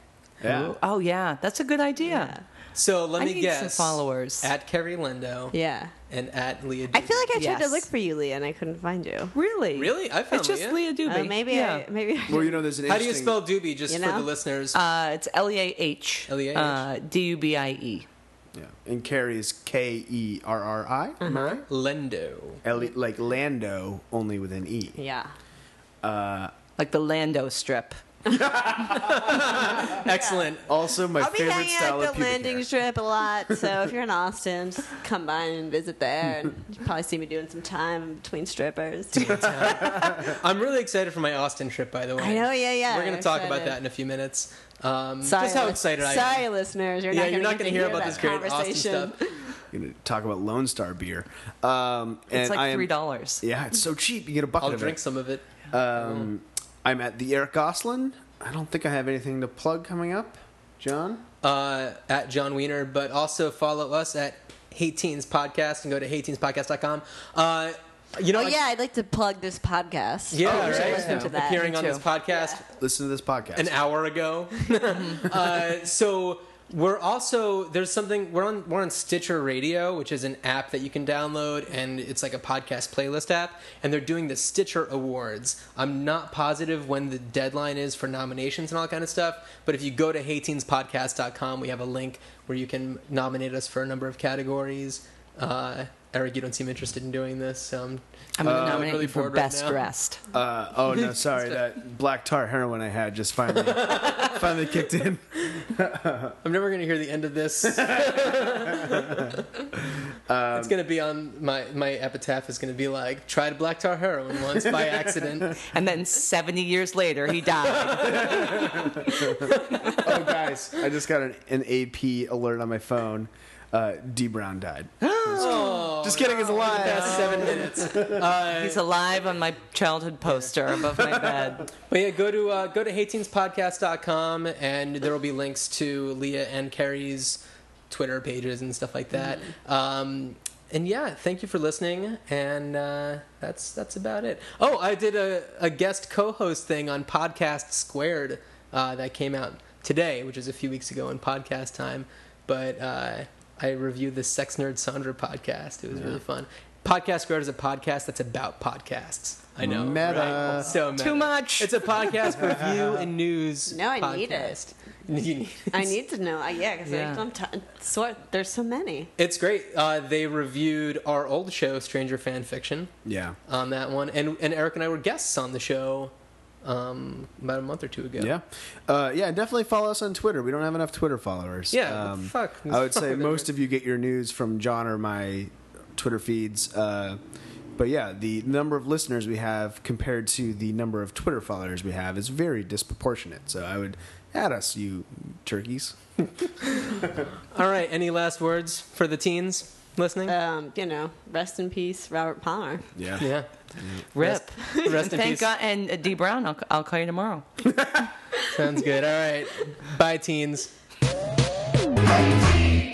yeah. Oh yeah, that's a good idea. So let I me need guess. some followers. At Kerry Lindo Yeah. and at Leah. I feel like I tried to Yes. look for you, Leah, and I couldn't find you. Really? Really? I found it's just Leah. Leah Doobie. Oh, maybe Yeah. I. Maybe I. Well, you know, there's an. Doobie. How do you interesting- spell Doobie just You for know? the listeners? Uh, it's L E A H. L.E.A.H.. Uh, D U B I E. Yeah, and Carrie is K E R R I, am I right? Lendo. L- like Lando, only with an E. *laughs* yeah. Like the Lando strip. Excellent. Also, my I'll be favorite hanging style out of at the pubic landing hair. strip a lot, so if you're in *laughs* Austin, just come by and visit there. And you'll probably see me doing some time *laughs* between strippers. I'm really excited for my Austin trip, by the way. I know, yeah, yeah, We're going to I'm talk about excited. that in a few minutes. Um, Sorry, just how lis- excited sorry, I am. listeners, you're yeah, not you're not going to hear about this great Austin stuff. Gonna talk about Lone Star beer. Um, and It's I like am- Uh, three dollars. Yeah, it's so cheap. You get a bucket I'll of drink it. some of it. Um, I'm at the Eric Goslin. I don't think I have anything to plug coming up. John, uh, at John Wiener, but also follow us at Hate Teens Podcast and go to hateteenspodcast.com. Uh, you know, Oh yeah, I'd like to plug this podcast. yeah, Oh, right? you should listen to that. appearing Me on this too. podcast listen to this podcast. an hour ago. uh, so we're also there's something we're on we're on Stitcher Radio, which is an app that you can download, and it's like a podcast playlist app. And they're doing the Stitcher Awards. I'm not positive when the deadline is for nominations and all that kind of stuff, but if you go to HeyTeensPodcast.com, we have a link where you can nominate us for a number of categories. Uh, Eric, you don't seem interested in doing this. So I'm, I'm going to I'm nominate really you for bored right best now. dressed. Uh, oh *laughs* no, sorry. that black tar heroin I had just finally finally kicked in. I'm never gonna hear the end of this. it's gonna be on my my epitaph is gonna be like tried black tar heroin once by accident. And then 70 years later, he *laughs* died. oh guys i just got an, an ap alert on my phone uh, D Brown *gasps* died. Just kidding, Oh, it's a lie. Past seven minutes. He's alive on my childhood poster above my *laughs* bed. But yeah, go to uh, go to heyteenspodcast.com and there will be links to Leah and Carrie's Twitter pages and stuff like that. Um, and yeah, thank you for listening. And uh, that's that's about it. Oh, I did a, a guest co-host thing on Podcast Squared uh, that came out today, which is a few weeks ago in podcast time. But uh, I reviewed the Sex Nerd Sandra podcast. It was really fun. Podcast Squared is a podcast that's about podcasts. I know. Meta. right? So meta. Too much. It's a *laughs* podcast review and news. No, I need it. need it. You need it. I need to know. I, yeah, because Yeah. I'm t- sort. There's so many. It's great. Uh, they reviewed our old show, Stranger Fan Fiction, Yeah. on that one, and and Eric and I were guests on the show um, about a month or two ago. Yeah. Uh, yeah, definitely follow us on Twitter. We don't have enough Twitter followers. Yeah, fuck. Um, I would *laughs* say most of you get your news from John or my Twitter feeds. Uh, but yeah, the number of listeners we have compared to the number of Twitter followers we have is very disproportionate. So I would add us, you turkeys. All right. Any last words for the teens listening? Um, you know, rest in peace, Robert Palmer. yeah. Rip. Rest, *laughs* rest in Thank peace. God. And uh, D Brown, I'll, I'll call you tomorrow. Sounds good. All right. Bye, teens. Bye.